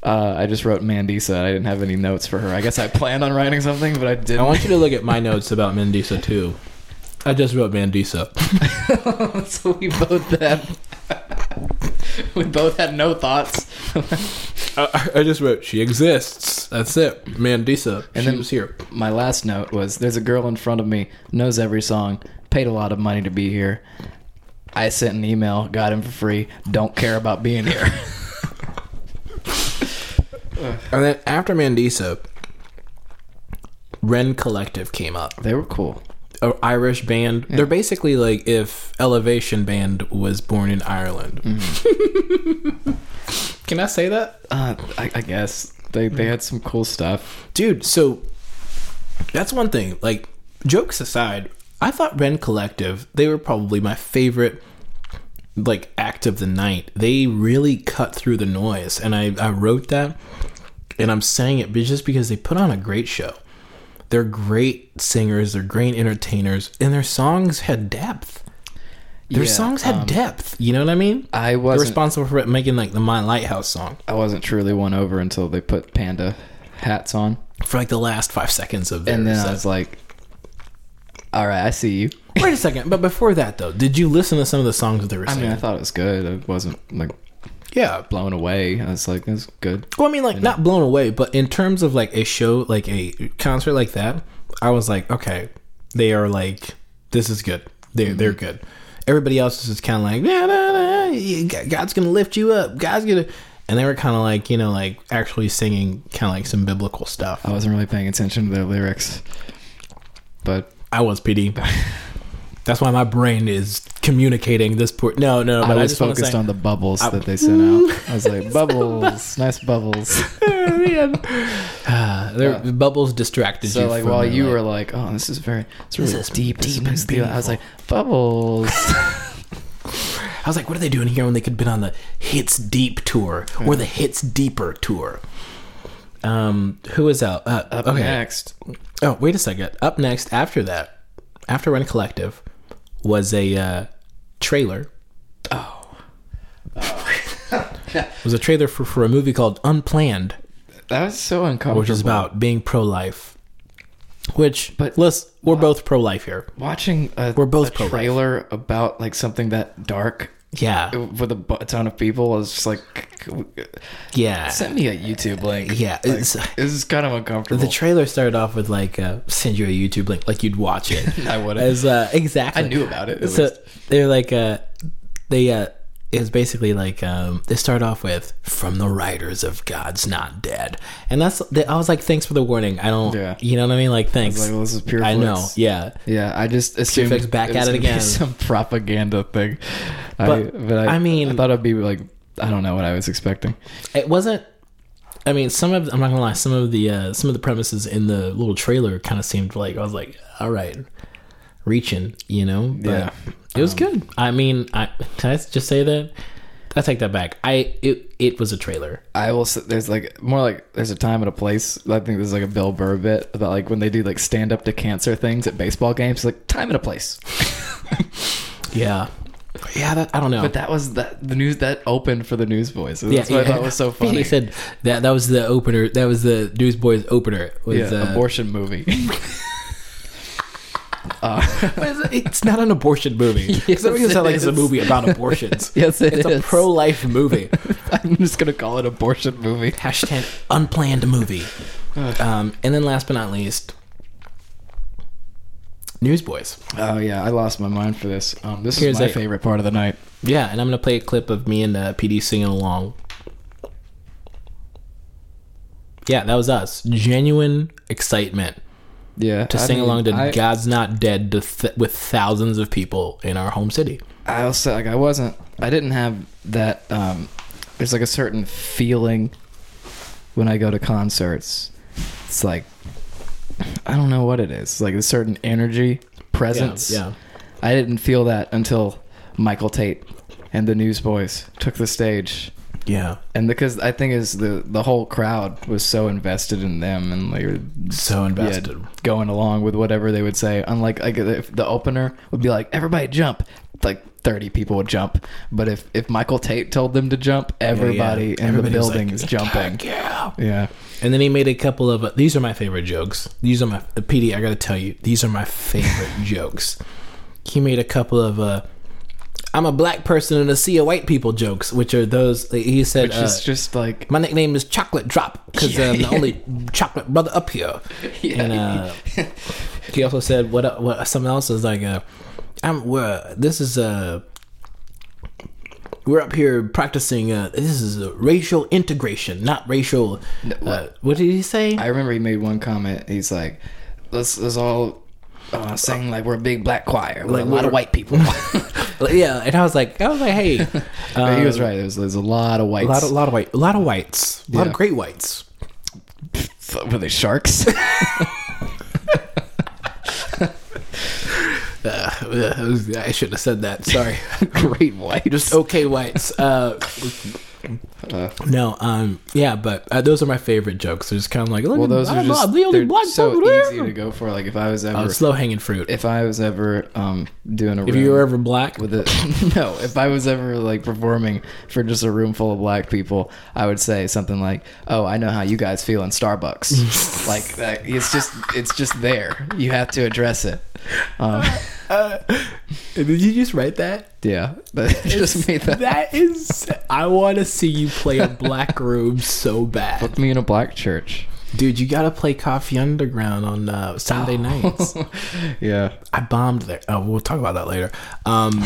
Uh, I just wrote Mandisa. I didn't have any notes for her. I guess I [laughs] planned on writing something, but I
I
didn't.
want you to look at my notes about Mandisa too. I just
[laughs]
wrote Mandisa.
so we both had we both had no thoughts. [laughs]
I, I just wrote she exists. That's it, Mandisa. And she
then-
was here.
my last note was there's a girl in front of me knows every song paid a lot of money to be here i sent an email got him for free don't care about being here [laughs]
And then after Mandisa, Ren Collective came up.
they were cool
a Irish band. They're basically like if Elevation Band was born in Ireland. Mm-hmm. [laughs] Can I say that?
Uh, I, I guess they they had some cool stuff.
Dude, so that's one thing. Like, jokes aside, I thought Ren Collective, they were probably my favorite like act of the night. They really cut through the noise. And I, I wrote that and I'm saying it be- just because they put on a great show. They're great singers, they're great entertainers, and their songs had depth.
Yeah,
Their
um,
songs had depth. You know what I mean?
I
They're
wasn't
responsible for making like the My Lighthouse song
I wasn't truly won over until they put panda hats on,
for like the last five seconds of their
and then
set.
I was like, "All right, I see you."
Wait a second, but before that though, did you listen to some of the songs that they were
I
singing?
mean, I thought it was good. I wasn't like
yeah.
blown away. I was like, "That's good."
Well, I mean, like not blown away, but in terms of like a show, like a concert like that, I was like, okay, they are like, this is good. They they're
Mm-hmm.
good. Everybody else is just kind of like, nah, nah, nah, you- G- God's gonna lift you up. God's gonna, and they were kind of like, you know, like actually singing kind of like some biblical stuff.
I wasn't really paying attention to their lyrics, but
I was
[laughs]
PD. That's why my brain is communicating this poor. No, no, but
I
I,
was
just want to
focused
say,
on the bubbles that they sent [laughs] out. I was like, "Bubbles, nice bubbles."
man. [sighs] Their bubbles distracted
So
you.
like
from
while
your,
you
like-
were like, "Oh, this is very, it's really
is
deep,
deep
deep,
and
I was like, [laughs] "Bubbles."
I was like, what are they doing here when they could have been on the Hits Deep tour or the Hits Deeper tour? Um, who is out? Uh,
Up
okay.
next,
Oh, wait a second. Up next, after that, after Run Collective, was a uh, trailer.
[laughs]
Oh. it was a trailer for, for a movie called Unplanned,
that was so uncomfortable.
which is about being pro life. Which, but
But-
let's, we're both pro life here.
watching a,
We're both
a
pro-life.
trailer about like something that dark
Yeah.
with a bu- ton of people is just like
yeah.
send me a YouTube link.
Yeah,
like,
it's- uh,
this is kind of uncomfortable.
The trailer started off with like uh, send you a YouTube link, like you'd watch
[laughs]
it.
I would've.
As, uh, exactly.
I knew about it, at
So
least.
they're like uh, they uh, it was basically like um, they start off with from the writers of God's Not Dead, and that's they, I was like, thanks for the warning. I don't,
Yeah.
you know what I mean? Like thanks.
like, well, this is pure
I know.
flicks.
Yeah.
yeah, I just assumed
Flicks back
it was
at it
gonna be
again.
Some [laughs] propaganda thing. I,
But,
but I,
I mean-
I thought it'd be like I don't know what I was expecting.
it wasn't i mean some of i'm not gonna lie some of the uh some of the premises in the little trailer kind of seemed like i was like all right reaching you know but
Yeah. Um,
it was good i mean i can i just say that i take that back i it, it was a trailer
I will. Say, there's like more like there's a time and a place. I think there's like a Bill Burr bit about like when they do like stand up to cancer things at baseball games. Like time and a place.
yeah yeah that i don't know
But that was that the news that opened for the Newsboys. That's
yeah,
what I thought was so funny.
[laughs] He said that that was the opener. That was the Newsboys opener. Was,
yeah,
uh,
abortion movie.
[laughs] It's not an abortion movie.
[laughs] Yes,
Yes, it sound like it's a
it is.
movie about abortions.
[laughs] Yes, it
it's a
is.
pro-life movie.
I'm just gonna call it abortion movie.
hashtag unplanned movie. Um, and then last but not least, Newsboys.
Oh yeah, I lost my mind for this. Um, this
Here's
is my
that-
favorite part of the night.
Yeah, and I'm gonna play a clip of me and uh, PD singing along. Yeah, that was us. Genuine excitement
Yeah,
to sing along to "God's Not Dead" to th- with thousands of people in our home city.
I also like I wasn't I didn't have that um there's like a certain feeling when I go to concerts. It's like I don't know what it is. Like a certain energy, presence.
yeah.
I didn't feel that until Michael Tate and the Newsboys took the stage.
Yeah,
And because I think is the the whole crowd was so invested in them and they were
so
yeah,
invested.
going along with whatever they would say. Unlike like if the opener would be like, "Everybody jump!" Like thirty people would jump, but if if Michael Tate told them to jump, everybody in
Everybody
the
was
building
like,
is jumping.
"Heck yeah.
Yeah,
And then he made a couple of these are my favorite jokes. These are my PD. I gotta tell you, these are my favorite [laughs] jokes. He made a couple of uh, I'm a black person in a sea of white people jokes, which are those he said.
which
uh,
is just like
my nickname is Chocolate Drop because
Yeah,
I'm the
yeah.
only chocolate brother up here.
[laughs] Yeah.
And uh, he also said what uh, what something else is like. Uh, I'm we're, this is uh, we're up here practicing. Uh, this is uh, racial integration, not racial. uh, what did he say?
I remember he made one comment. He's like, "Let's let's all uh, saying like we're a big black choir with
Like,
a lot
we're-
of white people.
[laughs] yeah, and I was like, I was like, hey,
[laughs]
um,
he was right. There's, there's a lot of
Uh, a
whites.
lot, of, lot of white, a lot of whites, a lot
Yeah.
of great whites. [laughs]
Were they sharks? [laughs]
Uh, I shouldn't have said
[laughs]
that. Sorry.
Great white. [laughs]
just okay whites. Uh, no, um, yeah, but uh, those are my favorite jokes. They're just kind of like, look
well,
at-
those
I
are
love
just
the only
they're
black
so
people there.
easy to go for. Like if I was
Uh,
ever
it's low hanging Oh, fruit. If,
if I was ever um doing a room
you were ever
[laughs]
black,
with it, [laughs] no, if I was ever like performing for just a room full of black people, I would say something like, "Oh, I know how you guys feel in
[laughs]
Starbucks." like that, it's just it's just there. You have to address it. Um,
Uh, did you just
[laughs]
write that?
yeah, but it just made that.
That is, I want to see you play a black room
[laughs]
so bad,
Put me in a black church. [laughs]
dude. You gotta play Coffee Underground on uh, Sunday
Oh. [laughs]
nights.
Yeah,
I bombed there. Oh, we'll talk about that later. Um,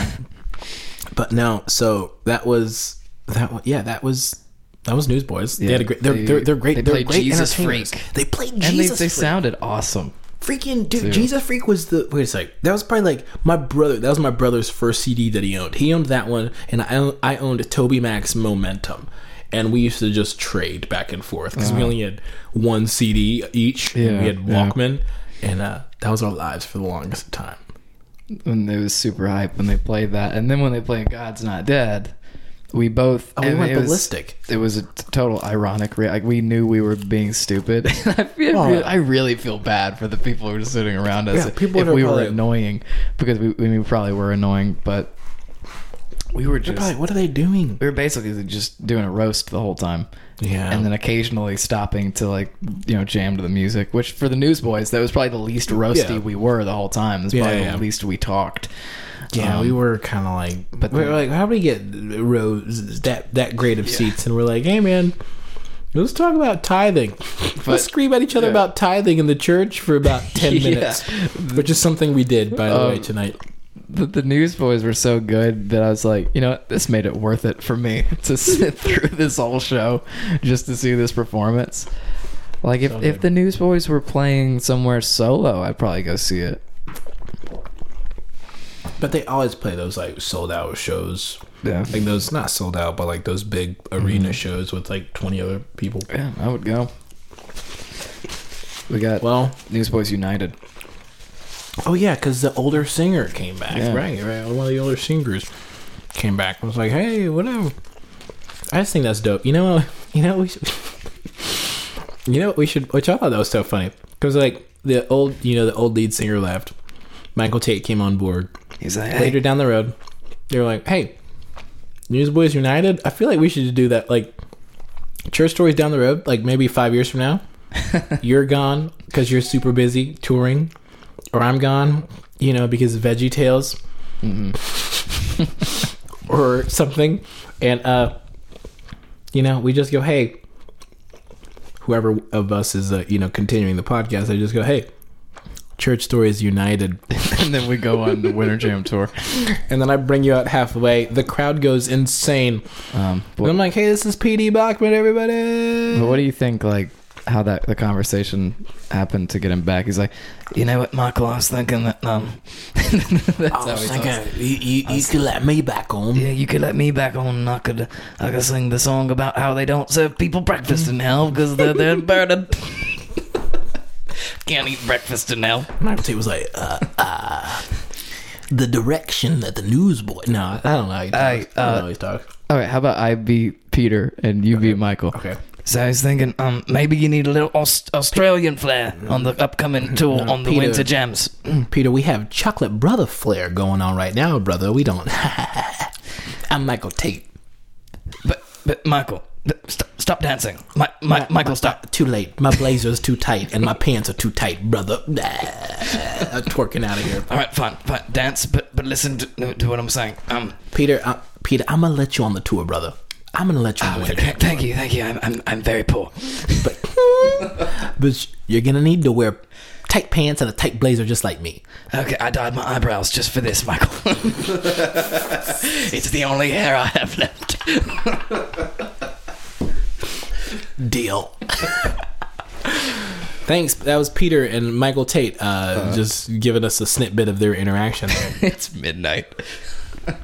but no, so that was that. Was, yeah, that was that was Newsboys. They
Yeah,
had a great. They're,
they-
they, are they are great.
they
They are
played
great
Jesus
Jesus Freak.
Freak.
They played
and they,
Jesus
they
Freak.
sounded awesome.
Freaking dude, Jesus Freak was the wait a sec. That was probably like my brother. That was my brother's first CD that he owned. He owned that one, and I own- I owned Toby Mac's Momentum. And we used to just trade back and forth because we only had one CD each. and
Yeah,
we had
yeah.
Walkman, and uh, that was our lives for the longest time.
and it was super hype when they played that. And then when they played "God's Not Dead," we both
Oh, we
and
went
it was-
ballistic.
it was a t- total ironic. Re- like we knew we were being stupid. [laughs] And I, feel,
Oh.
I really feel bad for the people who were sitting around us.
Yeah, people
if
that are
we were
probably-
annoying because we, we probably were annoying, but we were just
Probably, what are they doing?
we were basically just doing a roast the whole time.
Yeah.
And then occasionally stopping to like, you know, jam to the music, which for the Newsboys, that was probably the least roasty
Yeah.
we were the whole time. It's
Yeah,
probably
yeah.
the least we talked.
Yeah,
Um,
we were kind of like,
but
but we
then-
were like, how do we get rows that that grade of seats? And we're like, hey man, let's talk about tithing.
But-
let's scream at each other
yeah.
about tithing in the church for about ten
Yeah.
minutes, which is something we did by the way
Um,
tonight.
the, the newsboys were so good that I was like, you know, what? this made it worth it for me [laughs] to sit through this whole show just to see this performance. Like if, if the newsboys were playing somewhere solo, I'd probably go see it.
But they always play those like sold out shows,
Yeah,
like those not sold out, but like those big arena shows with like twenty other people.
yeah, I would go. We got
Well,
Newsboys United.
Oh yeah, because the older singer came back.
Yeah.
Right, right. One of the older singers came back. and was like, hey, whatever. I just think that's dope. You know, [laughs] you know, we should, you know, what we should. Which I thought that was so funny because like the old, you know, the old lead singer left. Michael Tate came on board
He's like,
later down the road. They were like, hey, Newsboys United. I feel like we should do that. Like church stories down the road. Like maybe five years from now, you're gone because you're super busy touring or I'm gone, you know, because of Veggie Tales [laughs] or something. And, uh, you know, we just go, hey, whoever of us is, uh, you know, continuing the podcast, I just go, hey, Church Stories United.
[laughs] and then we go on the Winter Jam tour.
and then I bring you out halfway. The crowd goes insane.
Um,
And I'm
but,
like, hey, this is P.D. Bachman, everybody.
but what do you think? Like how that the conversation happened to get him back? He's like, you know what, Michael? I was thinking that um, [laughs] that's
Oh,
how he talks.
you, you, you could let me back on.
Yeah, you could let me back on. And I could, I could sing the song about how they don't serve people breakfast in hell because they're [laughs] they're burdened. Can't eat breakfast in hell.
Michael Tate was like, uh, uh, the direction that the newsboy. No, I don't know. How he talks.
I,
I
uh,
don't know how he talks.
All right, how about I be Peter and you be Michael?
Okay.
So I was thinking, um, maybe you need a little Aus- Australian flair on the upcoming tour on the
Peter.
Winter Jams.
Peter, we have chocolate brother flair going on right now, brother. We don't. [laughs] I'm Michael Tate.
But, but Michael, th- st- stop dancing. Mi- Mi- Michael, stop.
Too late. My blazer's too tight and my pants are too tight, brother. [laughs] I'm twerking out of here.
All right, fine, fine. Dance, but but listen to, to what I'm saying. Um,
Peter, uh, Peter, I'm going to let you on the tour, brother. I'm going to let you on the tour.
th- thank you, thank you. I'm, I'm I'm very poor.
But, but you're going to need to wear tight pants and a tight blazer just like me.
Okay, I dyed my eyebrows just for this, Michael. [laughs] it's the only hair I have left.
Deal. [laughs] Thanks. That was Peter and Michael Tate uh,
Uh-huh.
just giving us a snippet of
[laughs]
their interaction.
it's midnight.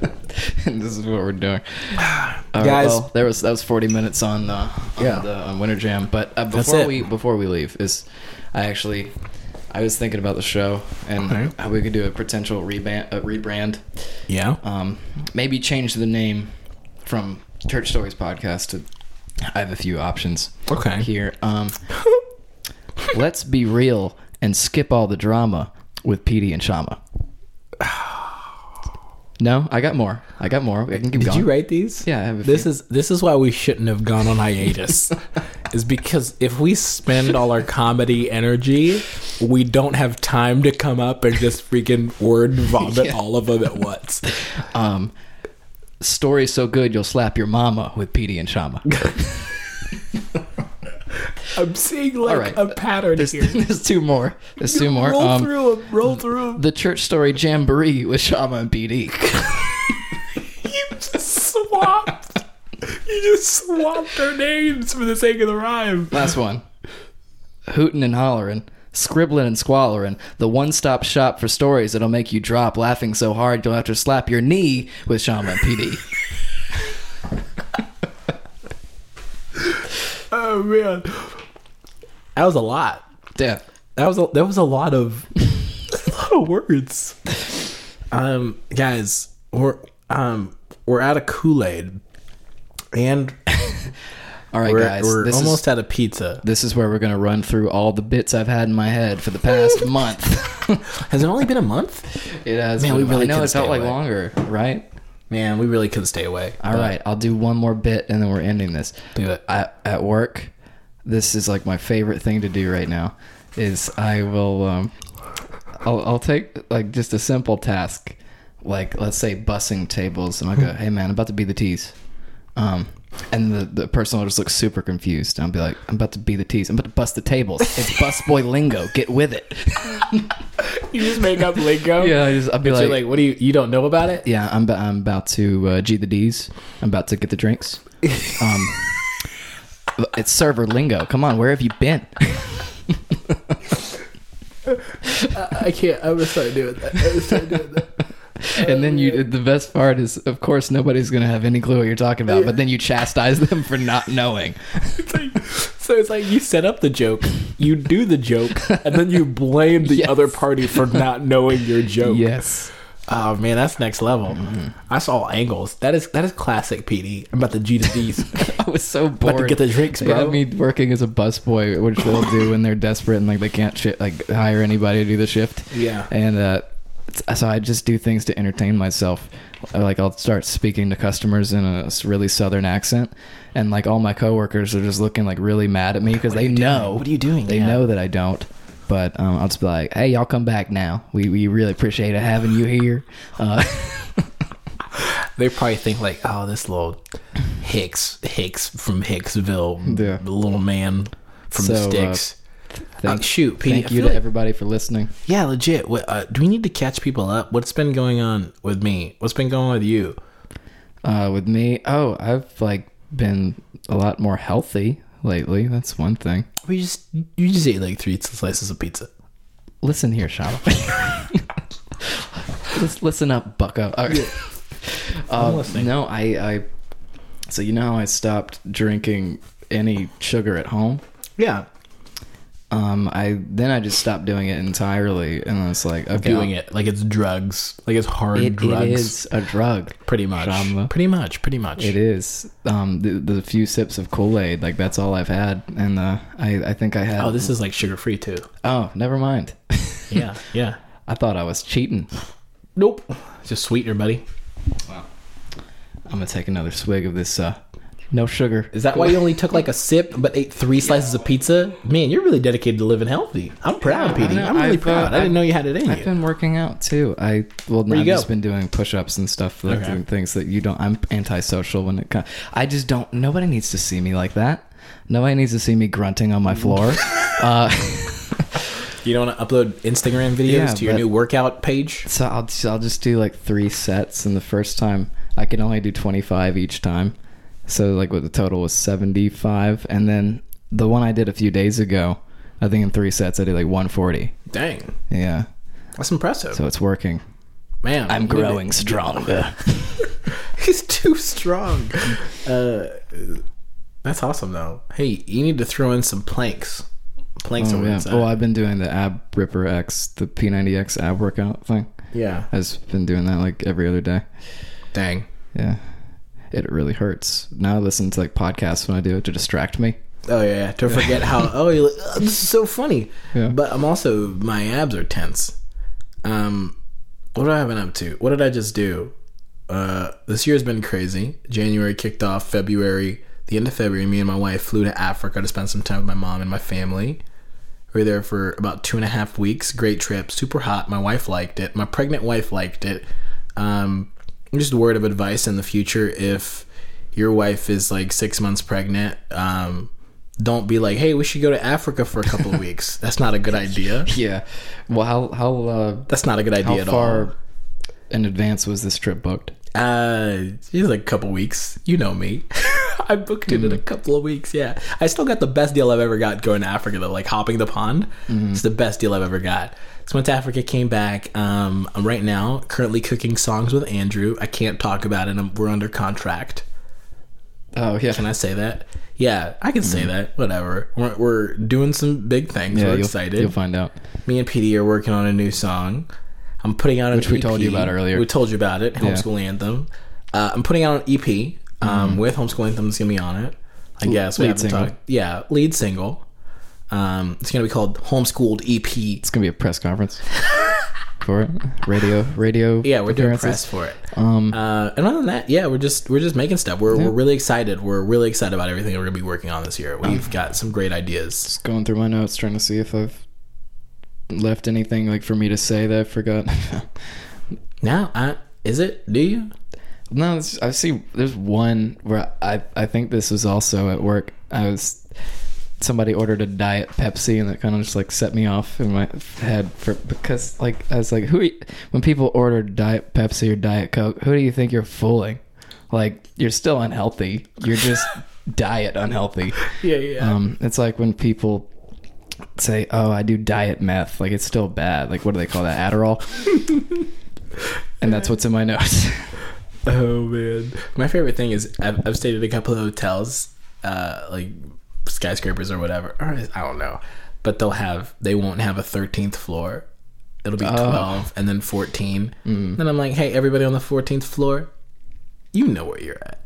[laughs] and this is what we're
[sighs]
doing, All right,
Guys.
well, there was that was forty minutes on, uh, on
Yeah.
the on Winter Jam. But uh,
That's
before
it.
we before we leave is, I actually I was thinking about the show and
Okay.
how we could do a potential rebrand, uh, rebrand.
yeah.
Um, maybe change the name from Church Stories Podcast to. I have a few options.
Okay.
Here,
[laughs]
um, let's be real and skip all the drama with Petey and Shama. No, I got more. I got more. I can keep
Did
going.
you write these?
Yeah, I have a
This
few.
is this is why we shouldn't have gone on
[laughs]
hiatus. is because if we spend all our comedy energy, we don't have time to come up and just freaking
[laughs]
word vomit all of them at once.
Um, story so good you'll slap your mama with Petey and
[laughs]
Shama.
I'm seeing like
right.
a pattern
There's, [laughs]
here.
there's two more. There's two more.
Roll
Um,
through 'em, Roll through 'em.
the church story jamboree with Shama and Petey.
You just swapped. you just swapped their names for the sake of the rhyme.
Last one. Hootin' and hollerin', scribbling and squallerin', the one-stop shop for stories that'll make you drop laughing so hard you'll have to slap your knee with Shama and
[laughs]
PD.
Oh man, that was a lot.
yeah.
That was a, that was a lot of [laughs] a lot of words. Um, guys, we're um we're out of Kool Aid, and
All right,
we're,
guys.
we're
this
almost
is,
out of pizza.
this is where we're gonna run through all the bits I've had in my head for the
[laughs]
past month.
Has it only been a month?
It has.
Man, we
been-
really
I know
could
it felt
stay
like
away.
longer, right?
Man, we really couldn't stay away.
All right, I'll do one more bit and then we're ending this.
Do it.
I, at work, this is like my favorite thing to do right now. Is I will, um, I'll, I'll take like just a simple task, like let's say bussing tables, and I go, "Hey man, I'm about to be the tease," um, and the, the person will just look super confused. And I'll be like, "I'm about to be the tease. I'm about to bust the tables. [laughs] It's busboy lingo. Get with it."
You just make up lingo.
Yeah, I just, I'll be
But
like,
you're like, what do you you don't know about it?
Yeah, I'm, I'm about to uh, G the D's. I'm about to get the drinks. Um, [laughs] it's server lingo. Come on, where have you been? [laughs]
I can't. I'm gonna start doing that. I'm gonna start doing that.
And then you. The best part is, of course, nobody's gonna have any clue what you're talking about. But then you chastise them for not knowing.
[laughs] So it's like you set up the joke, you do the joke, and then you blame [laughs] the
Yes.
other party for not knowing your joke. Mm-hmm.
Yes. [laughs]
Oh man, that's next level. That's all angles. That is that is classic PD. I'm about the G to [laughs] D's.
I was so bored.
get the drinks,
They
bro.
had me working as a busboy, which they'll do when they're desperate and like they can't shi like hire anybody to do the shift.
Yeah.
And uh, it's- so I just do things to entertain myself. Uh, Like I'll start speaking to customers in a s- really southern accent, and like all my coworkers are just looking like really mad at me because they know
What are you doing?
They
Yeah.
know that I don't. But um, I'll just be like, "Hey, y'all come back now. We we really appreciate having you here." Uh, [laughs]
they probably think like, oh, this little Hicks Hicks from Hicksville,
Yeah.
the little man from the
So, uh,
sticks.
thank-
Uh, shoot, PD,
thank
I
you
feel
to
like-
everybody for listening.
Yeah, legit. What, uh, do we need to catch people up? What's been going on with me? What's been going on with you?
Uh, with me, oh, I've like been a lot more healthy lately. That's one thing.
We just you just ate like three slices of pizza.
Listen here, Shama. Let's [laughs] listen up, Bucko. All right. [laughs] Um,
listening.
no, I, I. So you know how I stopped drinking any sugar at home.
Yeah,
Um, I then I just stopped doing it entirely, and I was like, okay,
doing it like it's drugs, like it's hard
It,
drugs.
it is a drug.
Pretty much.
Shamla.
Pretty much. Pretty much.
It is. Um, the, the few sips of Kool Aid, like that's all I've had, and uh, I, I think I had.
Oh, this is like sugar free too.
oh, never mind. [laughs]
Yeah. [laughs] Yeah.
I thought I was cheating.
Nope. Just sweetener, buddy.
I'm gonna take another swig of this. Uh, no sugar.
Is that why you only took like a sip but ate three slices of pizza? Man, you're really dedicated to living healthy. I'm proud,
Yeah, I
Petey.
know.
I'm really
I've, uh,
proud. I didn't know you had it in
I've
you.
been working out too. I well, no,
you
I've
go?
just been doing push-ups and stuff, like
Okay.
doing things that you don't. I'm antisocial when it comes. I just don't. Nobody needs to see me like that. Nobody needs to see me grunting on my [laughs] floor. uh,
You don't want to upload Instagram videos
Yeah,
to your
but-
new workout page?
so I'll just, I'll just do like three sets, and the first time I can only do 25 each time. So like what the total was 75, and then the one I did a few days ago I think in three sets I did like 140.
Dang,
Yeah,
that's impressive,
so it's working.
man.
I'm
look at-
growing stronger.
[laughs] He's
[laughs]
too strong. Uh, that's awesome though. Hey, you need to throw in some planks. Planks
Oh,
are
yeah.
inside.
Well, I've been doing the ab ripper X, the P90X ab workout thing. [laughs]
yeah.
I've been doing that like every other day.
Dang.
Yeah, it really hurts. Now I listen to like podcasts when I do it to distract me.
Oh yeah, yeah. Don't
[laughs]
forget how. Oh, you're like, "Oh, this is so funny.
Yeah.
But I'm also my abs are tense. Um, what have I been up to? What did I just do? Uh, this year's been crazy. January kicked off. February, the end of February, me and my wife flew to Africa to spend some time with my mom and my family. We were there for about two and a half weeks. Great trip. Super hot. My wife liked it. My pregnant wife liked it. Um, just a word of advice in the future if your wife is like six months pregnant, um, don't be like, hey, we should go to Africa for a
[laughs]
couple of weeks. That's not a good idea.
Yeah. Well, how how uh,
That's not a good idea
how
at
far
all.
in advance was this trip booked?
Uh, it's like a couple weeks. You know me. [laughs] I booked it in
Mm.
a couple of weeks. Yeah, I still got the best deal I've ever got going to Africa though. Like hopping the pond,
Mm-hmm.
it's the best deal I've ever got. So went to Africa, came back. Um, I'm right now currently cooking songs with Andrew. I can't talk about it. i we're under contract.
Oh yeah.
Can I say that? Yeah, I can say that. Whatever. We're, we're doing some big things.
Mm-hmm. yeah,
we're
you'll,
excited.
You'll find out.
Me and PD are working on a new song. I'm putting out an E
Which we told you about earlier.
We told you about it. Homeschool anthem. Uh, I'm putting out an EP um, with homeschool anthem that's gonna be on it. I guess
Mm-hmm. lead
we haven't
single.
talked. Yeah, lead single. Um, it's gonna be called Homeschooled E EP.
It's gonna be a press
[laughs]
conference for it. Radio, radio.
Yeah, we're doing press
appearances.
for it.
Um,
Uh, and other than that, yeah, we're just we're just making stuff. We're we're really excited. We're really excited about everything we're gonna be working on this year.
Um,
We've got some great ideas.
just going through my notes, trying to see if I've left anything like for me to say that I forgot.
Now, I, is it? Do you?
[laughs] no, it's- I see. There's one where I I think this was also at work. I was somebody ordered a diet Pepsi, and that kind of just like set me off in my head for because like I was like, who? Are you, when people order diet Pepsi or diet Coke, who do you think you're fooling? Like you're still unhealthy. You're just diet unhealthy.
Yeah, yeah.
Um, it's like when people say, "Oh, I do diet meth." Like it's still bad. Like what do they call that?
[laughs]
Adderall. and that's what's in my notes. [laughs]
Oh man, my favorite thing is I've, I've stayed at a couple of hotels, uh, like skyscrapers or whatever. Or I don't know, but they'll have they won't have a thirteenth floor. It'll be twelve and then fourteen. Mm. And I'm like, hey, everybody on the fourteenth floor, you know where you're at.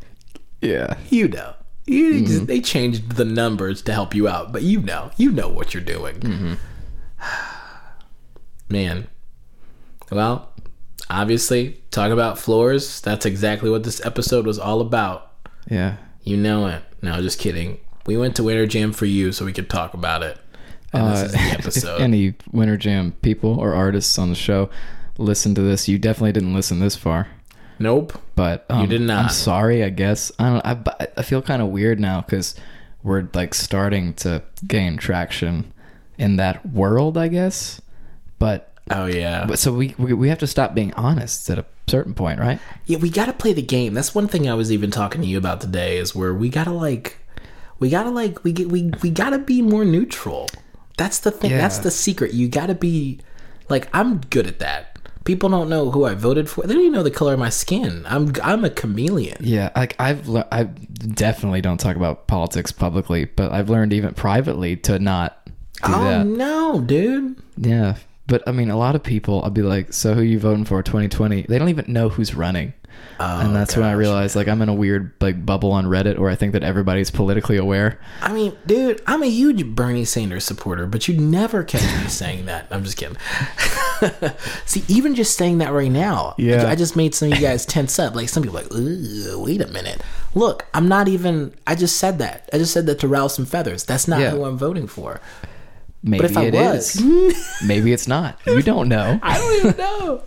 yeah.
You know. You just, they changed the numbers to help you out, but you know, you know what you're doing. [sighs] Man. Well, obviously, talk about floors. That's exactly what this episode was all about.
Yeah.
You know it. No, just kidding. We went to Winter Jam for you so we could talk about it. And this
Uh, [laughs]
is the
if
episode.
any Winter Jam people or artists on the show listen to this, you definitely didn't listen this far.
nope.
But um,
did not.
I'm sorry. I guess I don't. I, but I feel kind of weird now because we're like starting to gain traction in that world. I guess, but
Oh, yeah.
But so we, we we have to stop being honest at a certain point, right?
Yeah, we gotta play the game. That's one thing I was even talking to you about today is where we gotta like, we gotta like, we get we we gotta be more neutral. That's the thing. That's
Yeah.
the secret. You gotta be like, I'm good at that. People don't know who I voted for. They don't even know the color of my skin. I'm I'm a chameleon.
Yeah, like I've le- I definitely don't talk about politics publicly, but I've learned even privately to not do
oh
that.
no, dude.
Yeah, but I mean, a lot of people, I'll be like, "So who you voting for 2020?" They don't even know who's running, and that's when I realized like I'm in a weird like bubble on Reddit where I think that everybody's politically aware.
I mean, dude, I'm a huge Bernie Sanders supporter, but you never catch me saying that. I'm just kidding. [laughs] See, even just saying that right now,
Yeah.
I just made some of you guys tense up. Like some people, are like, Ooh, wait a minute. Look, I'm not even. I just said that. I just said that to rouse some feathers. That's not
Yeah.
who I'm voting for.
Maybe
But if I
it
was,
is. [laughs] Maybe it's not. You don't know.
I don't [laughs] even know.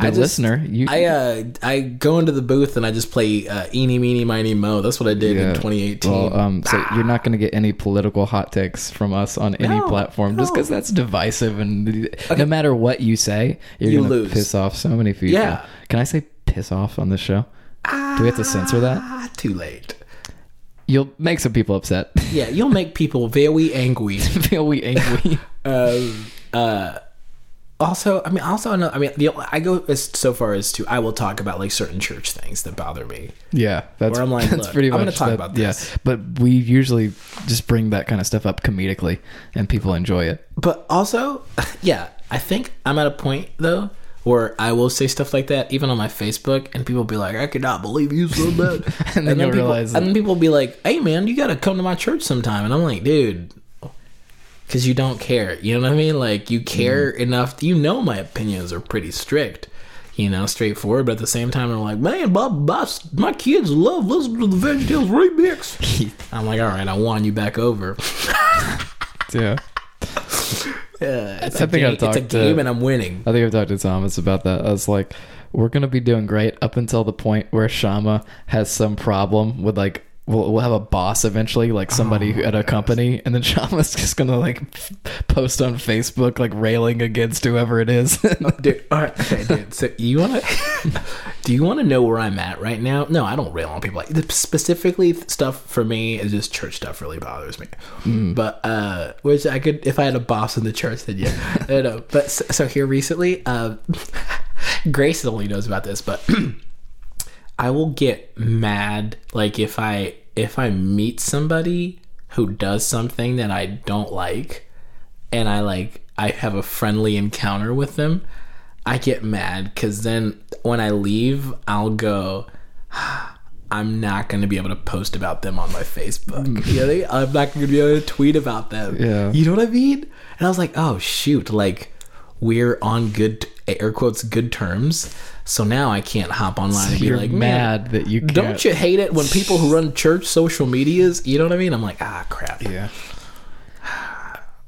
The
just-
listener, you
I uh, I go into the booth and I just play uh, "Eeny Meeny Miny Mo." That's what I did
Yeah.
in 2018.
Well, um, so you're not going to get any political hot takes from us on any
No,
platform just because that's divisive, and no matter what you say, you're
You
going to
lose.
piss off so many people.
Yeah.
Can I say piss off on this show? Do we have to censor that?
ah, too late.
You'll make some people upset. [laughs]
Yeah, you'll make people very angry.
Feel we angry.
Um, uh, also, I mean, also, I mean, the, I go as so far as to I will talk about like certain church things that bother me.
Yeah, [laughs] that's
Where I'm like,
that's
"Look,
pretty
I'm
much
gonna talk
that-
about
yeah.
this.
but we usually just bring that kind of stuff up comedically, and people enjoy it.
But also, [laughs] yeah, I think I'm at a point though where I will say stuff like that even on my Facebook, and people be like, "I cannot believe you said
[laughs]
that,"
And then you'll
people,
realize
and then people be like, "Hey, man, you gotta come to my church sometime," and I'm like, "Dude." Because you don't care, you know what I mean? Like you care
Mm-hmm.
enough. You know my opinions are pretty strict, you know, straightforward. But at the same time, I'm like, man, my, my, my kids love listening to the Veggie
[laughs]
Tales remix. I'm like, all right, I won you back over.
Yeah,
Yeah, it's
I
a
think
game,
I've
it's a
talked to-
game, and I'm winning.
I think I've talked to Thomas about that. I was like, we're gonna be doing great up until the point where Shama has some problem with like. We'll, we'll have a boss eventually, like somebody at a company, and then [laughs] Shama's just gonna like post on Facebook, like railing against whoever it is. [laughs]
dude. All right, okay, dude. So you want to? [laughs] do you want to know where I'm at right now? No, I don't rail on people. Like the specifically stuff for me is just church stuff really bothers me. But uh, which I could if I had a boss in the church, then yeah, [laughs] I don't know. But so, so here recently, uh, [laughs] Grace only knows about this, but I will get mad like if I if I meet somebody who does something that I don't like and I like I have a friendly encounter with them, I get mad cuz then when I leave, I'll go "Ah, I'm not going to be able to post about them on my Facebook. you know, what I mean? I'm not going to be able to tweet about them.
Yeah.
You know what I mean? And I was like, "Oh shoot, like we're on good air quotes good terms." So now I can't hop online and be
You're
like, "Man,
mad that you can't.
don't you hate it when people who run church social medias, you know what I mean? I'm like, ah, crap.
Yeah.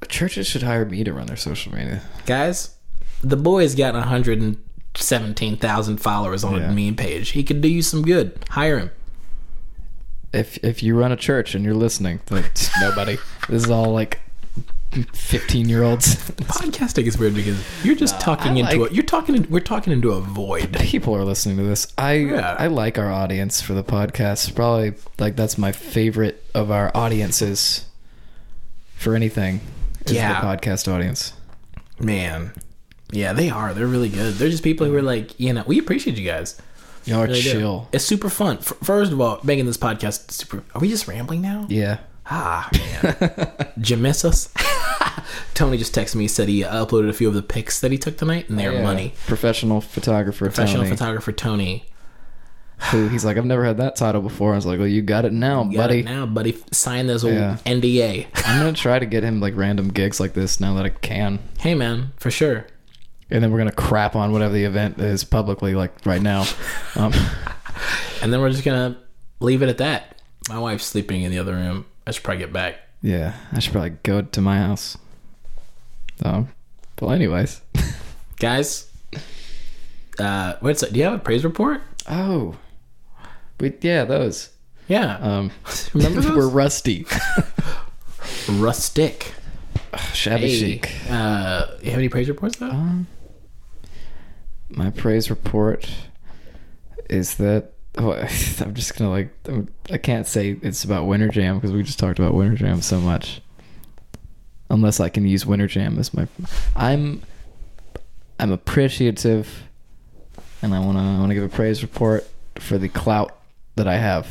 Churches should hire me to run their social media.
Guys, the boy's got 117,000 followers on
Yeah.
a meme page. He could do you some good. Hire him.
If if you run a church and you're listening, then [laughs] nobody. This is all like fifteen year olds.
Podcasting is weird because you're just talking
I
into
like-
it. You're talking. in- We're talking into a void.
People are listening to this. I
Oh, Yeah.
I like our audience for the podcast. Probably like that's my favorite of our audiences for anything. Is
Yeah.
the podcast audience.
Man, yeah, they are. They're really good. They're just people who are like, you know, we appreciate you guys.
Y'all are
Really do.
chill.
It's super fun. F- First of all, making this podcast super. Are we just rambling now?
Yeah.
Ah,
[laughs]
man. Did you miss us? [laughs] Tony just texted me, said he uploaded a few of the pics that he took tonight, and they're
Oh, Yeah.
money.
Professional photographer.
Professional
Tony,
photographer Tony.
Who he's like, I've never had that title before. I was like, Well, you got it now,
Got
buddy.
it Now, buddy, sign this old
Yeah.
NDA.
I'm gonna try to get him like random gigs like this now that I can,
hey, man, for sure.
and then we're gonna crap on whatever the event is publicly, like right
[laughs]
now. Um,
And then we're just going to leave it at that. My wife's sleeping in the other room. I should probably get back.
yeah, I should probably go to my house. Um, well, anyways.
Guys, uh, what's that? Do you have a praise report?
Oh, we yeah those.
Yeah.
Um,
[laughs] Remember
[laughs]
those?
we're
[laughs]
rusty,
Rustic.
shabby
Hey.
chic.
Uh, you have any praise reports, though?
Um, my praise report is that oh, [laughs] I'm just gonna like I'm, I can't say it's about Winter Jam because we just talked about Winter Jam so much. Unless I can use Winter Jam as my, I'm, I'm appreciative, and I wanna I wanna give a praise report for the clout that I have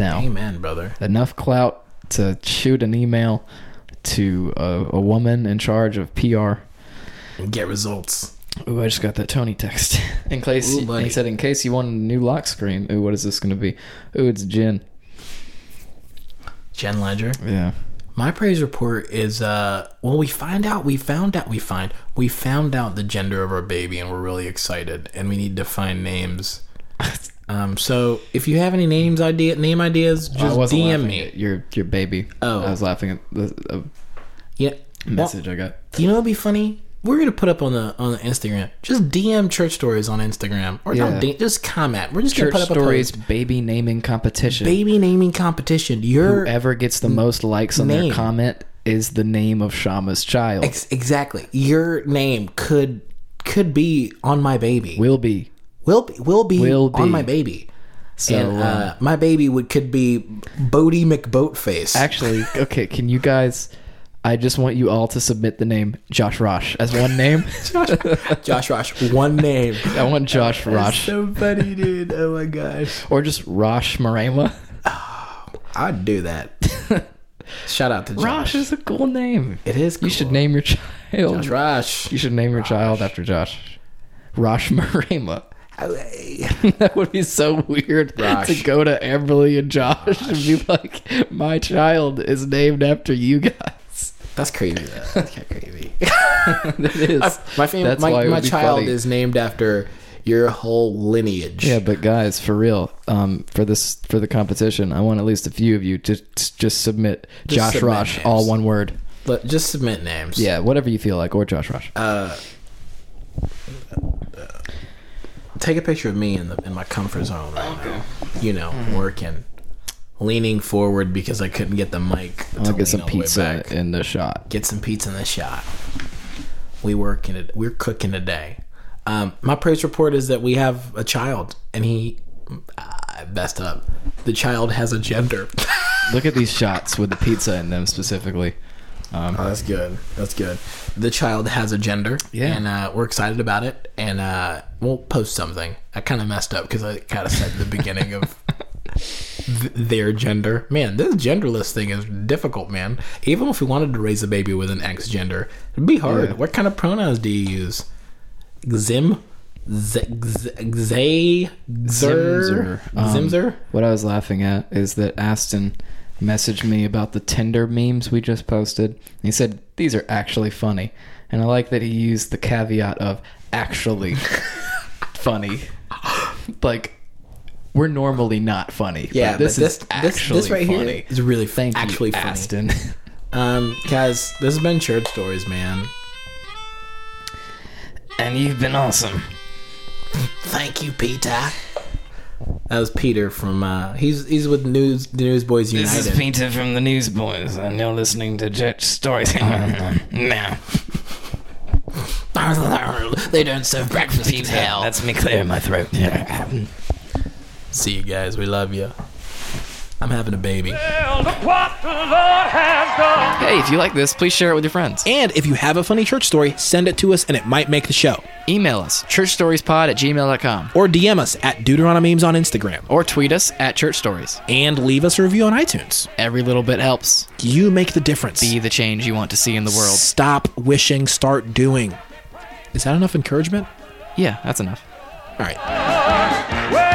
now
Amen, brother.
enough clout to shoot an email to a, a woman in charge of PR.
And get results.
Ooh, I just got that Tony text. [laughs] In case
Ooh, buddy.
he said, in case you want a new lock screen. Ooh, what is this going to be? Ooh, it's Jen.
Jen Ledger.
[laughs] Yeah.
My praise report is uh well we find out we found out we find we found out the gender of our baby and we're really excited and we need to find names. Um so if you have any names idea name ideas
I
just
wasn't
DM
laughing
me.
at your your baby.
Oh.
I was laughing at the
Yeah.
a message I got.
Well, you know what'd be funny? We're gonna put up on the on the Instagram. Just DM church stories on Instagram or
Yeah.
not D- just comment. We're just
Church
gonna put up
stories
a post.
baby naming competition.
baby naming competition. Your
Whoever gets the most likes on
Name.
their comment is the name of Shama's child.
ex- exactly. Your name could could be on my baby.
Will be.
will be will be
Will
on
be.
my baby.
So
and
uh,
uh, my baby would could be
[laughs]
Bodie McBoatface.
actually, okay, can you guys? I just want you all to submit the name Josh Rosh as one
[laughs]
name.
Josh Rosh, one name.
I want [laughs] Josh Rosh
so funny, dude. Oh my gosh,
or just Rosh Marema.
I'd do that. Shout out
[laughs]
to Josh.
Rosh is a cool name.
it is.
You should name your child.
Josh Rosh.
You should name your child after Josh. Rosh [laughs] Marema.
I-
that would be so weird
Rosh.
to go to Amberly and Josh and be like, "My child is named after you guys." [laughs]
That's crazy. though. That's kinda crazy.
That is.
[laughs] My fam-
That's why
my,
it
my
would be
child
funny.
is named after your whole lineage.
Yeah, but guys, for real, um, for this for the competition, I want at least a few of you to to just submit
Just
Josh
submit
Rosh,
names.
all one word.
But just submit names.
Yeah, whatever you feel like, or Josh Rosh.
Take a picture of me in the in my comfort zone right now. You know, working, leaning forward because I couldn't get the mic. to
I'll
lean
get some
all the way
pizza
back.
in the shot.
Get some pizza in the shot. We working it. We're cooking today. Um, my praise report is that we have a child, and he. I messed up. The child has a gender. [laughs]
Look at these shots with the pizza in them specifically. Um,
Oh, that's good. That's good. The child has a gender.
Yeah.
And uh, we're excited about it. And uh, we'll post something. I kind of messed up because I kind of said the
[laughs]
beginning of th- their gender. Man, this genderless thing is difficult, man. Even if we wanted to raise a baby with an X gender, it'd be hard.
Yeah.
What kind of pronouns do you use? Zim? Z- z- zay? Zer?
Zimzer. Um,
Zimzer?
What I was laughing at is that Aston messaged me about the Tinder memes we just posted. He said these are actually funny, and I like that he used the caveat of actually
[laughs]
funny. Like we're normally not funny.
Yeah,
but this
but
is actually
right
funny.
here is really
Thank
Thank actually
you,
funny.
Aston.
Um, guys, this has been Church Stories, man.
[laughs] And you've been awesome.
Thank you, Peter. That was Peter from uh he's he's with News the Newsboys United.
This is Peter from the Newsboys, and you're listening to Jet
[laughs]
Stories
Uh-huh.
now.
[laughs] they don't serve breakfast in hell.
That's me clearing my throat.
See you guys, we love you. I'm having a baby.
hey, if you like this, please share it with your friends. E-
And if you have a funny church story, send it to us and it might make the show.
Email us churchstoriespod at gmail.com
Or DM us at Deuteronomemes on Instagram.
or tweet us at church stories.
And leave us a review on iTunes.
Every little bit helps.
You make the difference.
Be the change you want to see in the world.
Stop wishing, start doing. Is that enough encouragement?
Yeah, that's enough.
All right.
Well,